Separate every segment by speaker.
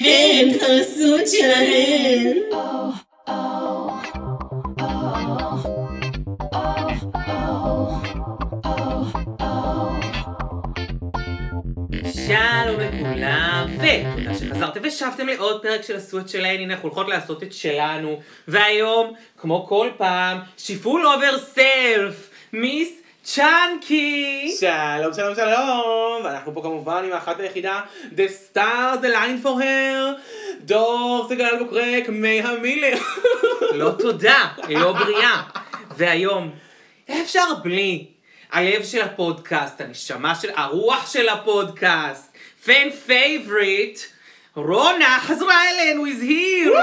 Speaker 1: הן הזוג שלהן.
Speaker 2: שלום לכולם, ותודה שחזרתם ושבתם לעוד פרק של עשו את שלהן, הנה אנחנו הולכות לעשות את שלנו, והיום, כמו כל פעם, שיפול אובר סלף, מיס צ'אנקי!
Speaker 3: שלום, שלום, שלום, ואנחנו פה כמובן עם האחת היחידה, The Star, The Line for Her, דור סגל אלבוקרק, מי המילר.
Speaker 2: לא תודה, היא לא בריאה. והיום, איך אפשר בלי הלב של הפודקאסט, הנשמה של, הרוח של הפודקאסט, פן פייבריט, רונה חזרה אלינו, is here!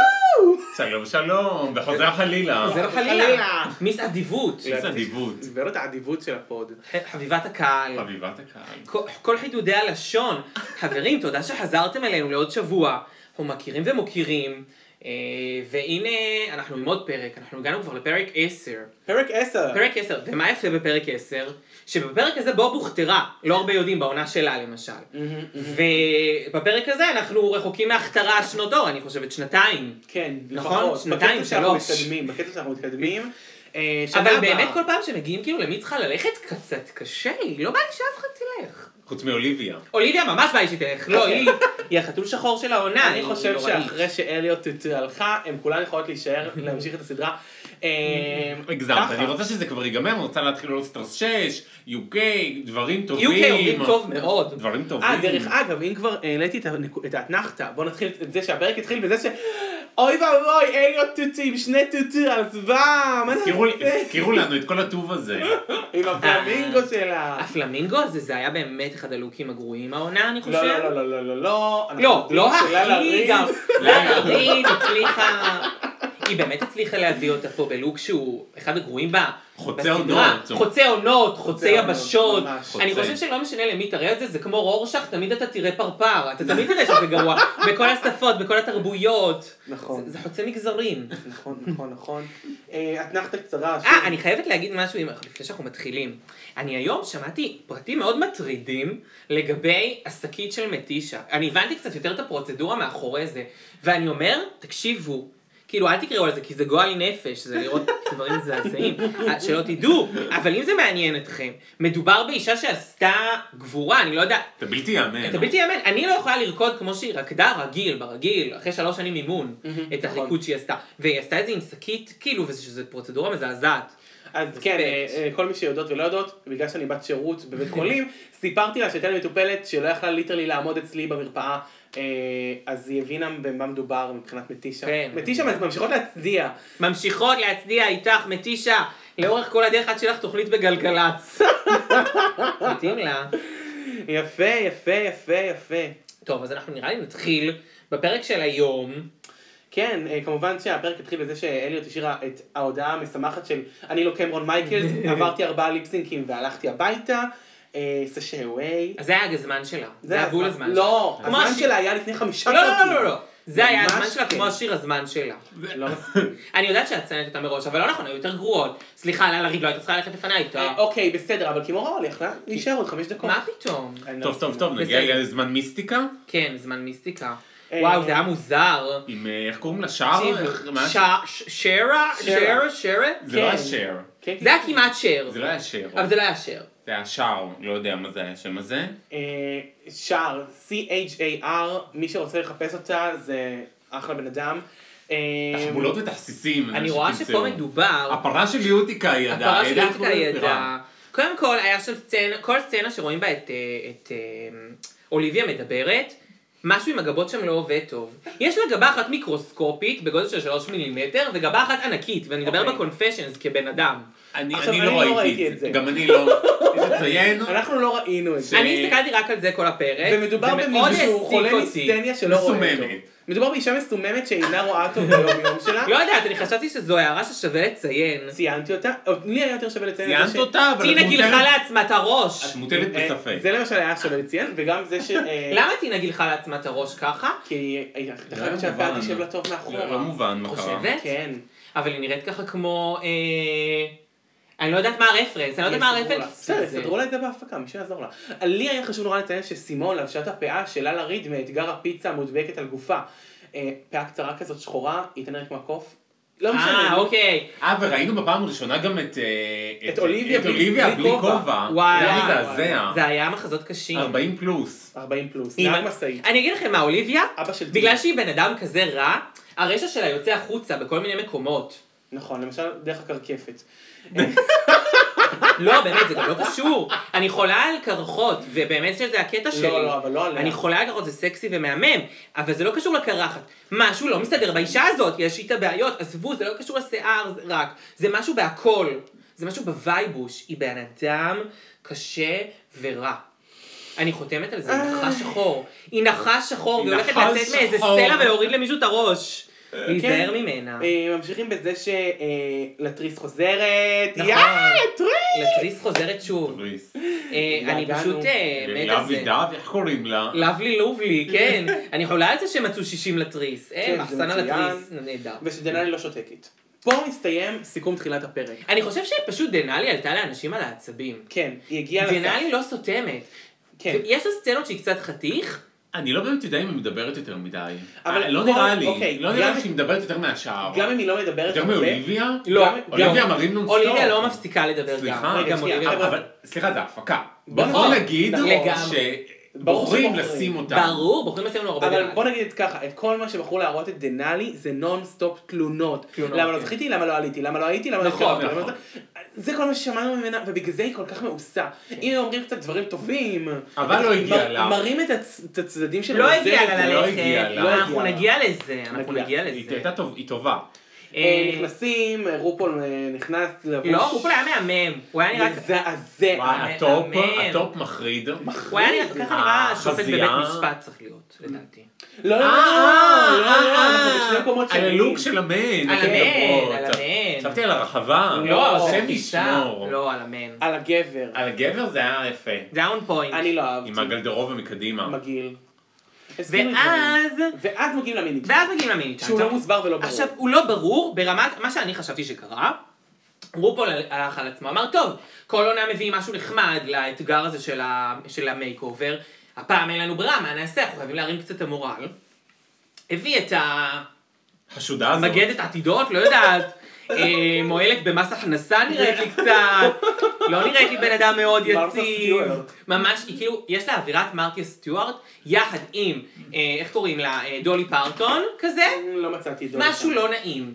Speaker 4: שלום שלום, וחוזר חלילה.
Speaker 2: זה לא חלילה,
Speaker 3: חלילה.
Speaker 2: מיס אדיבות,
Speaker 4: איזה אדיבות.
Speaker 3: באמת האדיבות של הפוד.
Speaker 2: חביבת הקהל.
Speaker 4: חביבת הקהל.
Speaker 2: כל- כל חידודי הלשון. חברים, תודה שחזרתם אלינו לעוד שבוע. אנחנו מכירים ומוקירים, אה, והנה אנחנו עם עוד פרק, אנחנו הגענו כבר לפרק 10.
Speaker 3: פרק 10.
Speaker 2: פרק 10, ומה יפה בפרק 10? שבפרק הזה בוב הוכתרה, לא הרבה יודעים, בעונה שלה למשל. ובפרק הזה אנחנו רחוקים מהכתרה שנות דור, אני חושבת שנתיים.
Speaker 3: כן,
Speaker 2: נכון,
Speaker 3: לפחות.
Speaker 2: שנתיים,
Speaker 3: בקצב שאנחנו
Speaker 2: שלוש.
Speaker 3: מתקדמים, בקצב שאנחנו מתקדמים. אה, שנה
Speaker 2: אבל
Speaker 3: הבאה.
Speaker 2: באמת כל פעם שמגיעים כאילו למי צריכה ללכת, קצת קשה לי, לא בא לי שאף אחד תלך.
Speaker 4: חוץ מאוליביה.
Speaker 2: אוליביה ממש בא לי שתלך, לא, היא היא החתול שחור של העונה.
Speaker 3: אוקיי. אני
Speaker 2: היא
Speaker 3: חושב
Speaker 2: נוראית.
Speaker 3: שאחרי שאליוט הלכה, הן כולן יכולות להישאר, להמשיך את הסדרה. אה,
Speaker 4: הגזמת,
Speaker 3: ככה.
Speaker 4: אני רוצה שזה כבר ייגמר, אני רוצה להתחיל אולסטרס 6, UK, דברים טובים.
Speaker 2: UK אומרים טוב מאוד.
Speaker 4: דברים טובים.
Speaker 3: אה, דרך אגב, אם כבר העליתי את הנקו- את האתנחתא, בוא נתחיל את זה שהפרק התחיל בזה ש... אוי ואבוי, אין לי עוד טוטים, שני טוטים, עזבה, מה נעשה?
Speaker 4: הזכירו לי- הזכירו לנו את כל הטוב הזה.
Speaker 3: עם
Speaker 2: אה,
Speaker 3: הפלמינגו שלה.
Speaker 2: הפלמינגו הזה, זה היה באמת אחד הלוקים הגרועים העונה, אני חושב.
Speaker 3: לא, לא, לא, לא, לא, לא, לא. אנחנו
Speaker 2: לא,
Speaker 3: נותנים
Speaker 2: לא
Speaker 3: שלה
Speaker 2: הכי
Speaker 3: לריב.
Speaker 2: גם.
Speaker 4: לא.
Speaker 2: להריד הצליחה... היא באמת הצליחה להביא אותה פה בלוק שהוא אחד הגרועים בה.
Speaker 4: חוצה
Speaker 2: בסדרה.
Speaker 4: עונות.
Speaker 2: חוצה עונות, חוצה
Speaker 3: חוצה עונות,
Speaker 2: יבשות.
Speaker 3: ממש.
Speaker 2: אני
Speaker 4: חוצה.
Speaker 2: חושב שלא משנה למי תראה את זה, זה כמו רורשך, תמיד אתה תראה פרפר. אתה תמיד תראה שזה גרוע. בכל השפות, בכל התרבויות.
Speaker 3: נכון.
Speaker 2: זה- זה חוצה מגזרים.
Speaker 3: נכון, נכון, נכון. אה, אתנחתא קצרה. שוב.
Speaker 2: אה, אני חייבת להגיד משהו אם- לפני שאנחנו מתחילים. אני היום שמעתי פרטים מאוד מטרידים לגבי השקית של מתישה. אני הבנתי קצת יותר את הפרוצדורה מאחורי זה, ואני אומר, תקשיבו, כאילו אל תקראו על זה, כי זה גועל נפש, זה לראות דברים מזעזעים, אה, שלא תדעו, אבל אם זה מעניין אתכם, מדובר באישה שעשתה גבורה, אני לא יודע,
Speaker 4: זה בלתי ייאמן.
Speaker 2: אתה בלתי יאמן, אני לא יכולה לרקוד כמו שהיא רקדה רגיל, ברגיל, אחרי שלוש שנים אימון,
Speaker 3: מהמם,
Speaker 2: את
Speaker 3: נכון.
Speaker 2: הריקוד שהיא עשתה. והיא עשתה את זה עם שקית, כאילו, וזו פרוצדורה מזעזעת.
Speaker 3: אז כן, אה, אה, כל מי שיודעות ולא יודעות, בגלל שאני בת שירות בבית חולים, סיפרתי לה שהייתה לי מטופלת שלא יכלה ליטרלי לעמוד אצלי במרפאה, אה, אז היא הבינה במה מדובר מבחינת מתישה.
Speaker 2: כן.
Speaker 3: מתישה ממשיכות להצדיע.
Speaker 2: ממשיכות להצדיע איתך, מתישה, לאורך כל הדרך עד שלך תוכנית בגלגלצ. מתאים לה.
Speaker 3: יפה, יפה, יפה, יפה.
Speaker 2: טוב, אז אנחנו נראה לי נתחיל בפרק של היום.
Speaker 3: כן, אה, כמובן שהפרק התחיל בזה שאליוט השאירה את ההודעה המשמחת של אני לא קמרון מייקלס, עברתי ארבעה ליפסינקים והלכתי הביתה, אה, סשי הווי.
Speaker 2: אז זה היה הגזמן שלה. זה היה בול הזמן שלה.
Speaker 3: לא,
Speaker 2: כמו
Speaker 3: הזמן
Speaker 2: הש-
Speaker 3: שלה היה לפני חמישה
Speaker 2: לא, לא, לא, לא, לא. זה היה
Speaker 3: ממש
Speaker 2: הזמן שלה
Speaker 3: כן.
Speaker 2: כמו השיר הזמן שלה.
Speaker 3: לא מספיק.
Speaker 2: אני יודעת שאת ציינת אותה מראש, אבל לא נכון, היו יותר גרועות. סליחה, לאללה ריד לא הייתה צריכה ללכת לפניי איתה.
Speaker 3: אה, אוקיי, בסדר, אבל קימורה הולך, אה? להישאר עוד חמש דקות.
Speaker 2: מה פתאום?
Speaker 3: אני לא
Speaker 4: טוב טוב
Speaker 3: מסכימה.
Speaker 4: טוב,
Speaker 2: בסדר.
Speaker 4: נגיע לזמן מיסטיקה.
Speaker 2: כן, זמן מיסטיקה.
Speaker 3: אה,
Speaker 2: וואו, זה היה מוזר.
Speaker 4: עם אה, איך קוראים לה? שער?
Speaker 2: תקשיב,
Speaker 4: איך- מה?
Speaker 2: ש- ש- שרה? שרה?
Speaker 3: שרה.
Speaker 2: שרה?
Speaker 4: זה לא
Speaker 3: כן.
Speaker 4: היה שער.
Speaker 3: כן,
Speaker 2: זה היה כמעט שר.
Speaker 4: זה לא היה שער.
Speaker 2: אבל זה אמ, לא היה שר.
Speaker 4: זה היה שער. לא יודע מה זה היה השם הזה.
Speaker 3: אה, שער, C-H-A-R, מי שרוצה לחפש אותה זה אחלה בן אדם. אה,
Speaker 4: תחבולות ותכסיסים.
Speaker 2: אני רואה
Speaker 4: שתמצאו.
Speaker 2: שפה מדובר,
Speaker 4: הפרה של יוטיקה ידעה.
Speaker 2: הפרה של
Speaker 4: ידעה
Speaker 2: יוטיקה
Speaker 4: איך קוראים לפרה.
Speaker 2: ידע. קודם כל, היה שם סצנה, כל סצנה שרואים בה את, אה, את אה, אוליביה מדברת, משהו עם הגבות שם לא עובד טוב. יש לה גבה אחת מיקרוסקופית בגודל של 3 מילימטר, וגבה אחת ענקית, ואני מדבר
Speaker 3: אוקיי.
Speaker 2: בקונפשיונס כבן אדם.
Speaker 4: אני,
Speaker 3: עכשיו,
Speaker 4: אני, לא ראיתי את זה. גם אני לא. יש לציין.
Speaker 3: אנחנו לא ראינו את זה.
Speaker 2: אני הסתכלתי רק על זה כל הפרק,
Speaker 3: ומדובר
Speaker 2: זה מאוד
Speaker 3: במישהו שהוא חולה
Speaker 2: העסיק אותי.
Speaker 3: מסטניה שלא רואה טוב.
Speaker 4: מסוממת.
Speaker 3: מדובר באישה מסוממת שאינה רואה טוב ביום יום שלה.
Speaker 2: לא יודעת, אני חשבתי שזו הערה ששווה לציין.
Speaker 3: ציינתי אותה, או, לי היה יותר שווה לציין את זה.
Speaker 4: ציינת
Speaker 3: ש- כאילו
Speaker 4: אותה, אבל
Speaker 2: טינה
Speaker 4: את
Speaker 2: גילחה
Speaker 4: מוטלת-
Speaker 2: לעצמה את הראש.
Speaker 4: את מוטלת
Speaker 3: אה,
Speaker 4: בספק.
Speaker 3: זה למשל היה שווה לציין, וגם זה ש... אה,
Speaker 2: למה טינה גילחה לעצמה את הראש ככה?
Speaker 3: כי אה, היא
Speaker 4: לא
Speaker 3: חייבת שהפעה
Speaker 4: מובן.
Speaker 3: תשב לה טוב מאחורה.
Speaker 4: לא לא מובן מה קרה.
Speaker 2: חושבת?
Speaker 3: כן.
Speaker 2: אבל היא נראית ככה כמו... אה, אני לא יודעת מה הרפרנס, אני לא יודעת מה
Speaker 3: יסדרו אה, לה.
Speaker 2: הרפרנס.
Speaker 3: בסדר, יסדרו לה את זה בהפקה, מישהו יעזור לה. לי היה חשוב נורא לציין שסימון לבשה את הפאה של ללה ריד מאתגר הפיצה המודבקת על גופה. אה, פאה קצרה כזאת שחורה, היא תנראה כמו הקוף. לא משנה.
Speaker 2: אה, אוקיי.
Speaker 4: אה, וראינו בפעם הראשונה גם את... אה,
Speaker 3: את אוליביה
Speaker 4: את
Speaker 3: בלי-
Speaker 4: אוליביה
Speaker 3: בלי
Speaker 4: בלי
Speaker 3: כובע.
Speaker 4: כובע.
Speaker 2: וואי,
Speaker 4: זה היה
Speaker 2: וואי,
Speaker 4: מזעזע.
Speaker 2: זה היה מחזות קשים.
Speaker 4: 40 פלוס.
Speaker 3: 40 פלוס.
Speaker 2: היא-
Speaker 3: נהג משאית.
Speaker 2: אני אגיד לכם מה, אוליביה,
Speaker 3: אבא של
Speaker 2: בגלל
Speaker 3: טיל.
Speaker 2: שהיא בן אדם כזה רע, הרשע שלה יוצא החוצה בכל מיני מקומות.
Speaker 3: נכון, למשל דרך הקרקפת.
Speaker 2: לא, באמת, זה גם לא קשור. אני חולה על קרחות, ובאמת שזה הקטע שלי.
Speaker 3: לא, לא, אבל לא עליה.
Speaker 2: אני חולה על קרחות, זה סקסי ומהמם, אבל זה לא קשור לקרחת. משהו לא מסתדר באישה הזאת, יש איתה בעיות, עזבו, זה לא קשור לשיער זה רק. זה משהו בהכל. זה משהו בווייבוש. היא בן אדם קשה ורע. אני חותמת על זה, היא נחש שחור. היא נחש שחור, והיא
Speaker 4: היא
Speaker 2: הולכת
Speaker 4: נחש
Speaker 2: לצאת מאיזה
Speaker 4: שחור.
Speaker 2: סלע ולהוריד למישהו את הראש. להיזהר ממנה.
Speaker 3: כן. אה, ממשיכים בזה שלטריס חוזרת.
Speaker 2: נכון.
Speaker 3: יאי, לטריס!
Speaker 2: לטריס חוזרת שוב.
Speaker 4: ריס.
Speaker 2: אה, אני
Speaker 3: התגעגענו.
Speaker 2: פשוט אה, מת על זה.
Speaker 4: לאבי דב, איך קוראים לה?
Speaker 2: לבלי לובלי, כן. אני חולה על זה שמצאו 60 לתריס. אין,
Speaker 3: כן, זה
Speaker 2: מחסן על
Speaker 3: מצוין.
Speaker 2: התריס, נהדר.
Speaker 3: ושדנאלי לא שותקת. פה מסתיים סיכום תחילת הפרק.
Speaker 2: אני חושב שפשוט דנאלי עלתה לאנשים על העצבים.
Speaker 3: כן, היא הגיעה לסף.
Speaker 2: דנאלי לא סותמת.
Speaker 3: כן.
Speaker 2: יש לה סצנות שהיא קצת חתיך,
Speaker 4: אני לא באמת יודע אם היא מדברת יותר מדי.
Speaker 3: אבל
Speaker 4: אה, לא
Speaker 3: כל-
Speaker 4: נראה לי.
Speaker 3: אוקיי,
Speaker 4: לא נראה
Speaker 3: גם-
Speaker 4: לי שהיא מדברת יותר מהשאר.
Speaker 3: גם אם היא לא מדברת
Speaker 4: יותר
Speaker 3: הרבה.
Speaker 4: מאוליביה?
Speaker 2: לא,
Speaker 3: גם-
Speaker 4: אוליביה
Speaker 2: גם-
Speaker 4: מראים נונסטופ.
Speaker 2: אוליביה לא מפסיקה לדבר גם.
Speaker 4: סליחה,
Speaker 3: רגע,
Speaker 2: גם
Speaker 3: שנייה,
Speaker 2: אוליביה-
Speaker 4: אבל- אבל סליחה, זה הפקה.
Speaker 3: בוא
Speaker 4: בוא
Speaker 2: נכון,
Speaker 4: נגיד
Speaker 2: נכון.
Speaker 4: שבוחרים
Speaker 3: ברור שבוחרים.
Speaker 4: לשים אותה.
Speaker 2: ברור, בוחרים אצלנו הרבה
Speaker 3: אבל בוא
Speaker 2: דנאלי.
Speaker 3: נגיד ככה, את כל מה שבחרו להראות את דנאלי זה נונסטופ תלונות.
Speaker 2: תלונות,
Speaker 3: למה לא
Speaker 2: כן.
Speaker 3: זכיתי, למה לא עליתי, למה לא הייתי, למה לא
Speaker 2: נכון,
Speaker 3: התקרבתי, למה
Speaker 4: נכון.
Speaker 3: זה- זה כל מה ששמענו ממנה, ובגלל זה היא כל כך מאוסה.
Speaker 2: כן.
Speaker 3: אם היו אומרים קצת דברים טובים.
Speaker 4: אבל לא הגיע
Speaker 3: מ-
Speaker 4: לה.
Speaker 3: מראים את הצ- את הצדדים של
Speaker 2: לא
Speaker 3: זה,
Speaker 2: הגיע לה
Speaker 4: זה לא
Speaker 2: ללכת,
Speaker 4: הגיע לה.
Speaker 2: לא, אנחנו
Speaker 3: הגיע לה.
Speaker 2: נגיע לזה, אנחנו
Speaker 3: נגיע.
Speaker 2: נגיע
Speaker 4: היא
Speaker 2: לזה.
Speaker 4: הייתה טוב, היא טובה.
Speaker 2: אה,
Speaker 3: נכנסים, רופול אה, נכנס לבוש.
Speaker 2: לא, רופול היה מהמם. הוא היה נראה
Speaker 3: מזעזע.
Speaker 4: וואי, הטופ,
Speaker 2: מהמם.
Speaker 4: הטופ מחריד.
Speaker 2: הוא היה נראה, ככה נראה שופט
Speaker 4: החזייה.
Speaker 2: בבית משפט צריך להיות, לדעתי.
Speaker 3: לא, לא,
Speaker 4: אה,
Speaker 3: לא,
Speaker 4: אה,
Speaker 3: לא, לא, לא, אנחנו
Speaker 2: אה,
Speaker 3: בשני מקומות
Speaker 4: על
Speaker 3: שונים.
Speaker 4: הלוק של המן.
Speaker 2: על המן, על המן.
Speaker 4: חשבתי על הרחבה.
Speaker 2: לא,
Speaker 3: לא,
Speaker 2: זה
Speaker 4: השם
Speaker 2: פיסה.
Speaker 4: ישמור.
Speaker 2: לא, על המן.
Speaker 3: על הגבר.
Speaker 4: על הגבר זה היה יפה.
Speaker 2: דאון פוינט.
Speaker 3: אני לא אהבתי.
Speaker 4: עם הגלדרובה מקדימה.
Speaker 3: מגעיל. הסכימו איתי.
Speaker 2: ואז,
Speaker 3: ואז מגיעים למיניג'י.
Speaker 2: ואז מגיעים למיני
Speaker 3: שהוא לא מוסבר ולא ברור.
Speaker 2: עכשיו, הוא לא ברור ברמת מה שאני חשבתי שקרה. רופול הלך על עצמו, אמר, טוב, כל עונה מביאים משהו נחמד לאתגר הזה של, ה... של המייק אובר. הפעם אין לנו ברירה, מה נעשה? אנחנו חייבים להרים קצת את המורל. הביא את
Speaker 4: חשודה הזאת.
Speaker 2: המגדת עתידות, לא יודעת. אה, מועלת במס הכנסה נראית לי קצת, לא נראית לי בן אדם מאוד
Speaker 3: מרתה
Speaker 2: יציב.
Speaker 3: סטיוארט.
Speaker 2: ממש, היא כאילו, יש לה אווירת מרטיה סטיוארט, יחד עם, אה, איך קוראים לה, אה, דולי פרטון כזה,
Speaker 3: לא מצאתי את זה.
Speaker 2: משהו לא נעים.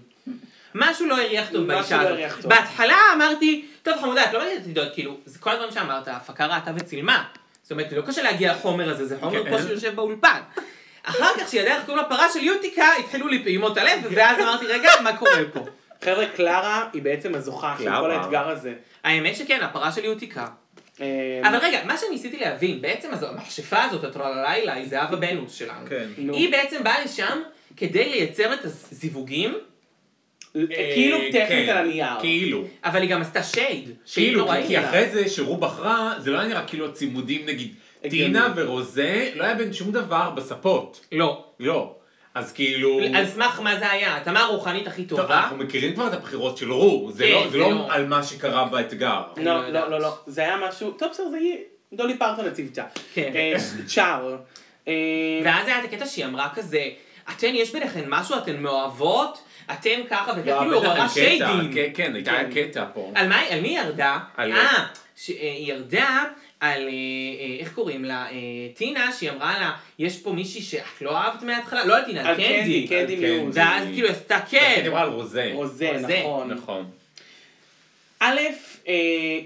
Speaker 2: משהו לא הריח טוב
Speaker 3: משהו
Speaker 2: באישה
Speaker 3: לא
Speaker 2: הזאת.
Speaker 3: הריח טוב.
Speaker 2: בהתחלה אמרתי, טוב חמודה, את לא מגיעה לתדעות, כאילו, זה כל הדברים שאמרת, ההפקה ראתה וצילמה. זאת אומרת, לא קשה להגיע לחומר הזה, זה חומר
Speaker 4: כן.
Speaker 2: פה שיושב באולפן. אחר כך, שידעה איך קוראים לפרה של יוטיקה, התחילו לי פעימות הלב, ואז אמרתי, רגע, מה קורה פה?
Speaker 3: חבר'ה, קלרה היא בעצם הזוכה של
Speaker 4: קלרה.
Speaker 3: כל האתגר הזה.
Speaker 2: האמת שכן, הפרה של יוטיקה.
Speaker 3: אה,
Speaker 2: אבל רגע, מה שאני להבין, בעצם הזו- המכשפה הזאת, הטרללילה, היא זהבה בנוש שלנו.
Speaker 4: כן.
Speaker 3: נו.
Speaker 2: היא בעצם באה לשם כדי לייצר את הזיווגים,
Speaker 3: אה, כאילו
Speaker 4: אה,
Speaker 3: טכנית
Speaker 4: כן,
Speaker 3: על הנייר.
Speaker 4: כאילו.
Speaker 2: אבל היא גם עשתה שייד. שייד
Speaker 4: כאילו,
Speaker 2: נוראי.
Speaker 4: כי אחרי זה שרו בחרה, זה לא היה נראה כאילו הצימודים, נגיד,
Speaker 3: הגיוני.
Speaker 4: טינה ורוזה, לא היה בין שום דבר בספות.
Speaker 2: לא,
Speaker 4: לא. אז כאילו...
Speaker 2: על סמך מה זה היה? התאמה הרוחנית הכי
Speaker 4: טוב,
Speaker 2: טובה?
Speaker 4: אנחנו מכירים כבר את הבחירות של רו, זה
Speaker 2: כן,
Speaker 4: לא-
Speaker 2: זה
Speaker 4: זה
Speaker 2: לא.
Speaker 4: לא על מה שקרה באתגר.
Speaker 2: לא
Speaker 3: לא,
Speaker 2: יודעת.
Speaker 3: לא, לא, לא. זה היה משהו, טוב, בסדר, זה יהיה דולי פרטון הצוותה.
Speaker 2: כן.
Speaker 3: אה, צ'אר. אה,
Speaker 2: ואז היה את הקטע שהיא אמרה כזה, אתן יש ביניכן משהו, אתן מאוהבות, אתן ככה וככה,
Speaker 4: לא,
Speaker 2: כאילו
Speaker 4: בטח,
Speaker 2: עוררה
Speaker 4: עם קטע,
Speaker 2: שיידים.
Speaker 4: כן, כן, הייתה
Speaker 3: כן.
Speaker 4: קטע פה.
Speaker 2: על מה- על מי היא ירדה?
Speaker 4: על-
Speaker 2: אה, ש- אה, היא ירדה על, אה, אה, איך קוראים לה? אה, טינה, שהיא אמרה לה, יש פה מישהי שאת לא אהבת מההתחלה? לא על טינה,
Speaker 3: על
Speaker 2: על
Speaker 3: קנדי,
Speaker 2: קנדי.
Speaker 3: קנדי
Speaker 4: על קנדי.
Speaker 3: מיוז.
Speaker 2: ואז כאילו היא עשתה
Speaker 4: כן.
Speaker 2: כן.
Speaker 4: דיברה על רוזה.
Speaker 3: רוזה,
Speaker 2: רוזה.
Speaker 3: נכון.
Speaker 4: נכון.
Speaker 3: א', אה,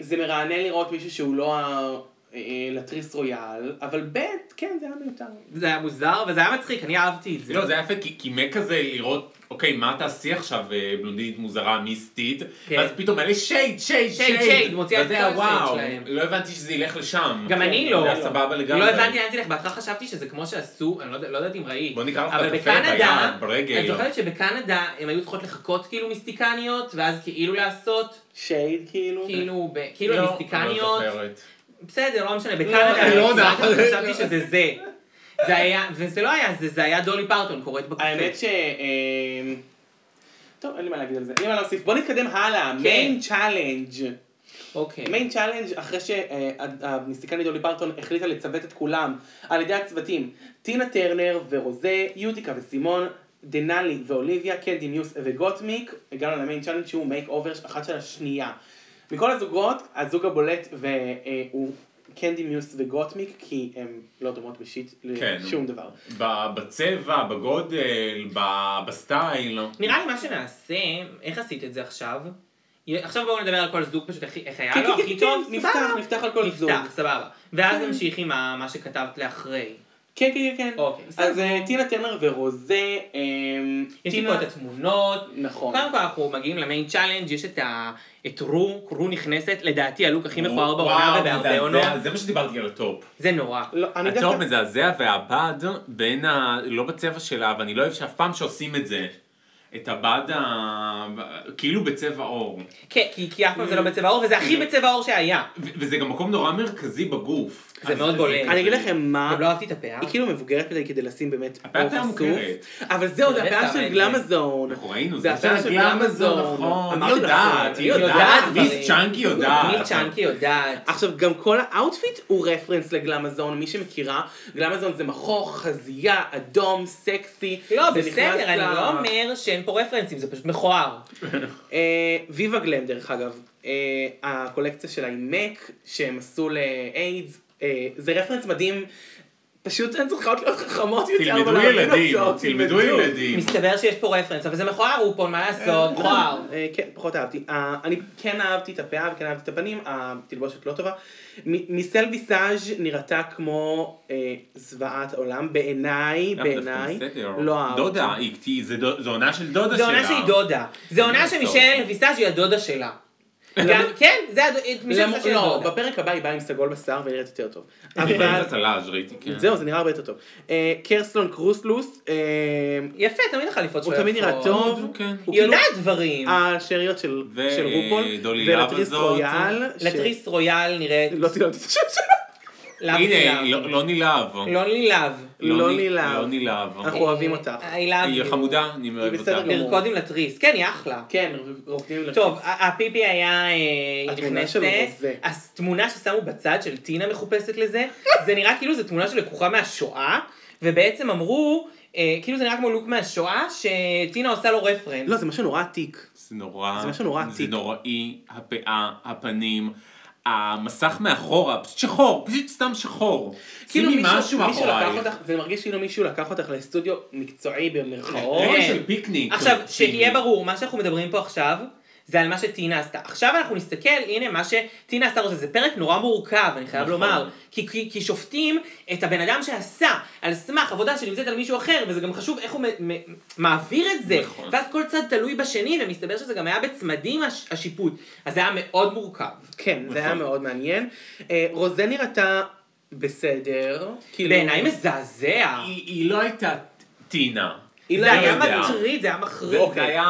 Speaker 3: זה מרענן לראות מישהו שהוא לא ה- אה, לטריס רויאל, אבל ב', כן, זה היה מיותר.
Speaker 2: זה היה מוזר וזה היה מצחיק, אני אהבתי את זה.
Speaker 4: לא, זה היה יפה, כי- כי מה כזה לראות, אוקיי, מה תעשי עכשיו, אה, בלונדינית מוזרה, מיסטית,
Speaker 2: כן.
Speaker 4: ואז פתאום אלה שייד, שייד,
Speaker 2: שייד,
Speaker 4: שייד.
Speaker 2: שייד, מוציאה את
Speaker 4: וזה
Speaker 2: כל
Speaker 4: היה,
Speaker 2: השייד
Speaker 4: וואו,
Speaker 2: שלהם.
Speaker 4: לא הבנתי שזה ילך לשם. כן,
Speaker 2: גם אני לא.
Speaker 4: זה היה סבבה לגמרי.
Speaker 2: לא הבנתי לאן זה ילך, בהתחלה חשבתי שזה כמו שעשו, אני לא יודע- לא יודעת אם ראית.
Speaker 4: בוא נקרא לך
Speaker 2: אבל
Speaker 4: בקפה,
Speaker 2: בקנדה,
Speaker 4: בים, ברגל.
Speaker 3: לא.
Speaker 2: את זוכרת שבקנדה הם היו צריכות לחכות כאילו מיסטיקניות, ואז כאילו לעשות,
Speaker 3: שייד, כאילו.
Speaker 2: כאילו, ב- כאילו
Speaker 4: לא,
Speaker 2: מיסטיקניות,
Speaker 4: לא זוכרת.
Speaker 2: בסדר, לא משנה, בקנדה,
Speaker 4: אני לא
Speaker 2: אני
Speaker 4: יודע.
Speaker 2: חשבתי שזה זה. זה היה, וזה לא היה זה, זה היה דולי פרטון קוראת בקפה.
Speaker 3: האמת ש... אמ, אה, טוב, אין לי מה להגיד על זה. אין לי מה להוסיף. בוא נתקדם הלאה.
Speaker 2: כן.
Speaker 3: מיין צ'אלנג'.
Speaker 2: אוקיי.
Speaker 3: מיין צ'אלנג' אחרי אה, שהמיסטיקנית דולי פרטון החליטה לצוות את כולם על ידי הצוותים טינה טרנר ורוזה, יודיקה וסימון, דנאלי ואוליביה, קנדי ניוס וגוטמיק, הגענו למיין צ'אלנג' שהוא מייק אובר אחת של השנייה. מכל הזוגות, הזוג הבולט והוא קנדי מיוס וגוטמיק כי הם לא דומות בשיט
Speaker 4: כן.
Speaker 3: לשום דבר.
Speaker 4: ב- בצבע, בגודל, ב- בסטייל.
Speaker 2: נראה לי מה שנעשה, איך עשית את זה עכשיו? י- עכשיו בואו נדבר על כל זוג פשוט, איך איך היה
Speaker 3: כן,
Speaker 2: לו
Speaker 3: כן,
Speaker 2: הכי
Speaker 3: כן,
Speaker 2: טוב,
Speaker 3: כן, נפתח,
Speaker 2: סבבה.
Speaker 3: נפתח על כל זוג.
Speaker 2: נפתח, סבבה. ואז נמשיך עם ה- מה שכתבת לאחרי.
Speaker 3: כן, כן, כן.
Speaker 2: אוקיי, בסדר.
Speaker 3: אז אה, טינה טרנר ורוזה, אמ,
Speaker 2: יש לי
Speaker 3: טינה...
Speaker 2: פה את התמונות.
Speaker 3: נכון.
Speaker 2: קודם כל אנחנו מגיעים למיין צ'אלנג', יש את ה... את רו, רו נכנסת, לדעתי הלוק הכי מכוער בעונה
Speaker 4: וואו,
Speaker 2: ובהרבה
Speaker 4: מזעזע,
Speaker 2: עונות.
Speaker 4: זה מה שדיברתי על הטופ.
Speaker 2: זה נורא.
Speaker 3: לא, אני
Speaker 4: הטופ
Speaker 3: דווקא...
Speaker 4: מזעזע והבד בין ה... לא בצבע שלה, ואני לא אוהב שאף פעם שעושים את זה. את הבד ה... כאילו בצבע עור.
Speaker 2: כן, כי כי אף פעם זה לא בצבע עור, וזה
Speaker 3: כן.
Speaker 2: הכי בצבע עור שהיה.
Speaker 3: אה.
Speaker 4: ו- וזה גם מקום נורא מרכזי בגוף.
Speaker 2: זה
Speaker 4: אז-
Speaker 2: מאוד
Speaker 4: אז-
Speaker 2: בולט.
Speaker 3: אני אגיד לכם מה,
Speaker 2: גם לא אהבתי את הפאה.
Speaker 3: היא כאילו מבוגרת מדי כדי לשים באמת
Speaker 4: הפאה
Speaker 3: אור
Speaker 4: שלה
Speaker 3: חשוף.
Speaker 4: מוכרת.
Speaker 3: אבל זהו, זה אה, נכון.
Speaker 2: באמת
Speaker 3: הפעה
Speaker 2: שמה
Speaker 3: של
Speaker 2: את
Speaker 3: גלמזון.
Speaker 4: אנחנו ראינו,
Speaker 3: זה
Speaker 4: זה
Speaker 3: השאלה של גלמזון.
Speaker 4: נכון. היא
Speaker 3: אמרתי לך,
Speaker 4: יודעת,
Speaker 3: אני
Speaker 4: היא יודעת.
Speaker 2: יודעת דברים.
Speaker 4: מיס צ'אנקי
Speaker 3: כאילו
Speaker 4: יודעת.
Speaker 2: מי צ'אנקי יודעת.
Speaker 3: עכשיו, גם כל האאוטפיט הוא רפרנס לגלמזון, מי שמכירה, גלמזון זה מכוך, חזייה, אדום, סקסי.
Speaker 2: לא,
Speaker 3: זה נכנס
Speaker 2: בסדר, אני
Speaker 3: ל-
Speaker 2: לא אומר שאין פה רפרנסים, זה פשוט מכוער.
Speaker 3: אה, ויווה גלם, דרך אגב, אה, הקולקציה שלה היא מק, שהם עשו לאיידס, אה, זה רפרנס מדהים. פשוט הן צריכות להיות חכמות יותר,
Speaker 4: תלמדו
Speaker 3: אבל לא להבין
Speaker 4: ילדים,
Speaker 3: אותו,
Speaker 4: תלמדו ילדים.
Speaker 2: מסתבר שיש פה רפרנס, אבל זה מכוער רופון, מה לעשות? מכוער.
Speaker 3: אה, כן, פחות אהבתי. אה, אני כן אהבתי את הפאה וכן אהבתי את הפנים, התלבושת לא טובה. מ- מיסל ויסאז' נראתה כמו אה, זוועת עולם, בעיניי,
Speaker 4: למה דווקא
Speaker 3: בעיניי.
Speaker 4: בסדר?
Speaker 3: לא אהבתי.
Speaker 4: דודה, היא- היא- זה דו- זו עונה של דודה
Speaker 2: זו
Speaker 4: שלה.
Speaker 2: עונה שהיא דודה. זו עונה
Speaker 4: לעשות?
Speaker 2: שמישל ויסאז' היא הדודה שלה. גם,
Speaker 3: למ-
Speaker 2: כן, זה הדודה, מישל
Speaker 3: למ-
Speaker 2: ויסאז' היא
Speaker 3: לא,
Speaker 2: הדודה.
Speaker 3: בפרק הבא היא באה עם סגול בשר ונראית יותר טוב.
Speaker 4: היא
Speaker 3: אבל...
Speaker 4: ראית את הלאז' ראיתי, כן.
Speaker 3: זהו, זה נראה הרבה יותר טוב. אה, קרסלון קרוסלוס, אה,
Speaker 2: יפה, תמיד החליפות
Speaker 3: הוא
Speaker 2: שלו
Speaker 3: תמיד נראה
Speaker 2: יפות.
Speaker 3: טוב.
Speaker 4: כן.
Speaker 3: הוא
Speaker 2: היא
Speaker 3: כאילו-
Speaker 2: יודעת דברים.
Speaker 3: השאריות של
Speaker 4: ו-
Speaker 3: של רופול,
Speaker 4: דולי
Speaker 3: ולטריס
Speaker 4: לאב הזאת.
Speaker 3: רויאל. ש-
Speaker 2: לטריס רויאל נראית...
Speaker 3: לא צילמתי את השם שלה.
Speaker 2: לאו
Speaker 4: הנה,
Speaker 2: סלאב.
Speaker 4: היא לא לא נלהב.
Speaker 2: לא נלהב.
Speaker 3: לא
Speaker 4: נ-
Speaker 3: נלהב.
Speaker 4: לא נלהב.
Speaker 3: אנחנו אוהבים אותך.
Speaker 2: I love
Speaker 4: היא
Speaker 2: you.
Speaker 4: חמודה, אני אוהב
Speaker 3: בסדר
Speaker 4: אותה.
Speaker 3: גמור.
Speaker 2: לרקוד עם לטריס. כן, היא אחלה.
Speaker 3: כן, רוקדים לטריס.
Speaker 2: טוב, ה- הפיפי היה אה,
Speaker 3: התמונה
Speaker 2: נכנסת,
Speaker 3: שלו זה.
Speaker 2: התמונה ששמו בצד של טינה מחופשת לזה, זה נראה כאילו זו תמונה שלקוחה מהשואה, ובעצם אמרו, אה, כאילו זה נראה כמו לוק מהשואה, שטינה עושה לו רפרנס.
Speaker 3: לא, זה משהו נורא עתיק.
Speaker 4: זה נורא,
Speaker 3: זה משהו נורא
Speaker 4: זה
Speaker 3: עתיק.
Speaker 4: נוראי, הפאה, הפנים, המסך מאחורה, פשוט שחור, פשוט סתם שחור.
Speaker 3: כאילו
Speaker 4: שימי
Speaker 3: מישהו-
Speaker 4: משהו
Speaker 3: מישהו לקח
Speaker 4: מאחורייך.
Speaker 3: אותך, זה מרגיש כאילו מישהו לקח אותך לסטודיו מקצועי במרכאות.
Speaker 4: רגע של פיקניק.
Speaker 2: עכשיו,
Speaker 4: שימי.
Speaker 2: שיהיה ברור, מה שאנחנו מדברים פה עכשיו, זה על מה שטינה עשתה. עכשיו אנחנו נסתכל, הנה מה שטינה עשתה, זה, זה פרק נורא מורכב, אני חייב
Speaker 4: נכון.
Speaker 2: לומר. כי, כי, כי שופטים את הבן אדם שעשה, על סמך עבודה שנמצאת על מישהו אחר, וזה גם חשוב איך הוא מ, מ, מעביר את זה.
Speaker 4: נכון.
Speaker 2: ואז כל צד תלוי בשני, ומסתבר שזה גם היה בצמדים הש, השיפוט. אז זה היה מאוד מורכב.
Speaker 3: כן, זה היה
Speaker 4: נכון.
Speaker 3: מאוד מעניין. אה, רוזה נראתה בסדר. כאילו-
Speaker 2: בעיניי מזעזע.
Speaker 4: היא היא לא הייתה טינה.
Speaker 3: היא לא אוקיי.
Speaker 2: זה היה
Speaker 4: יודע.
Speaker 2: מטריד, זה היה
Speaker 4: זה
Speaker 2: מחריד.
Speaker 4: זה היה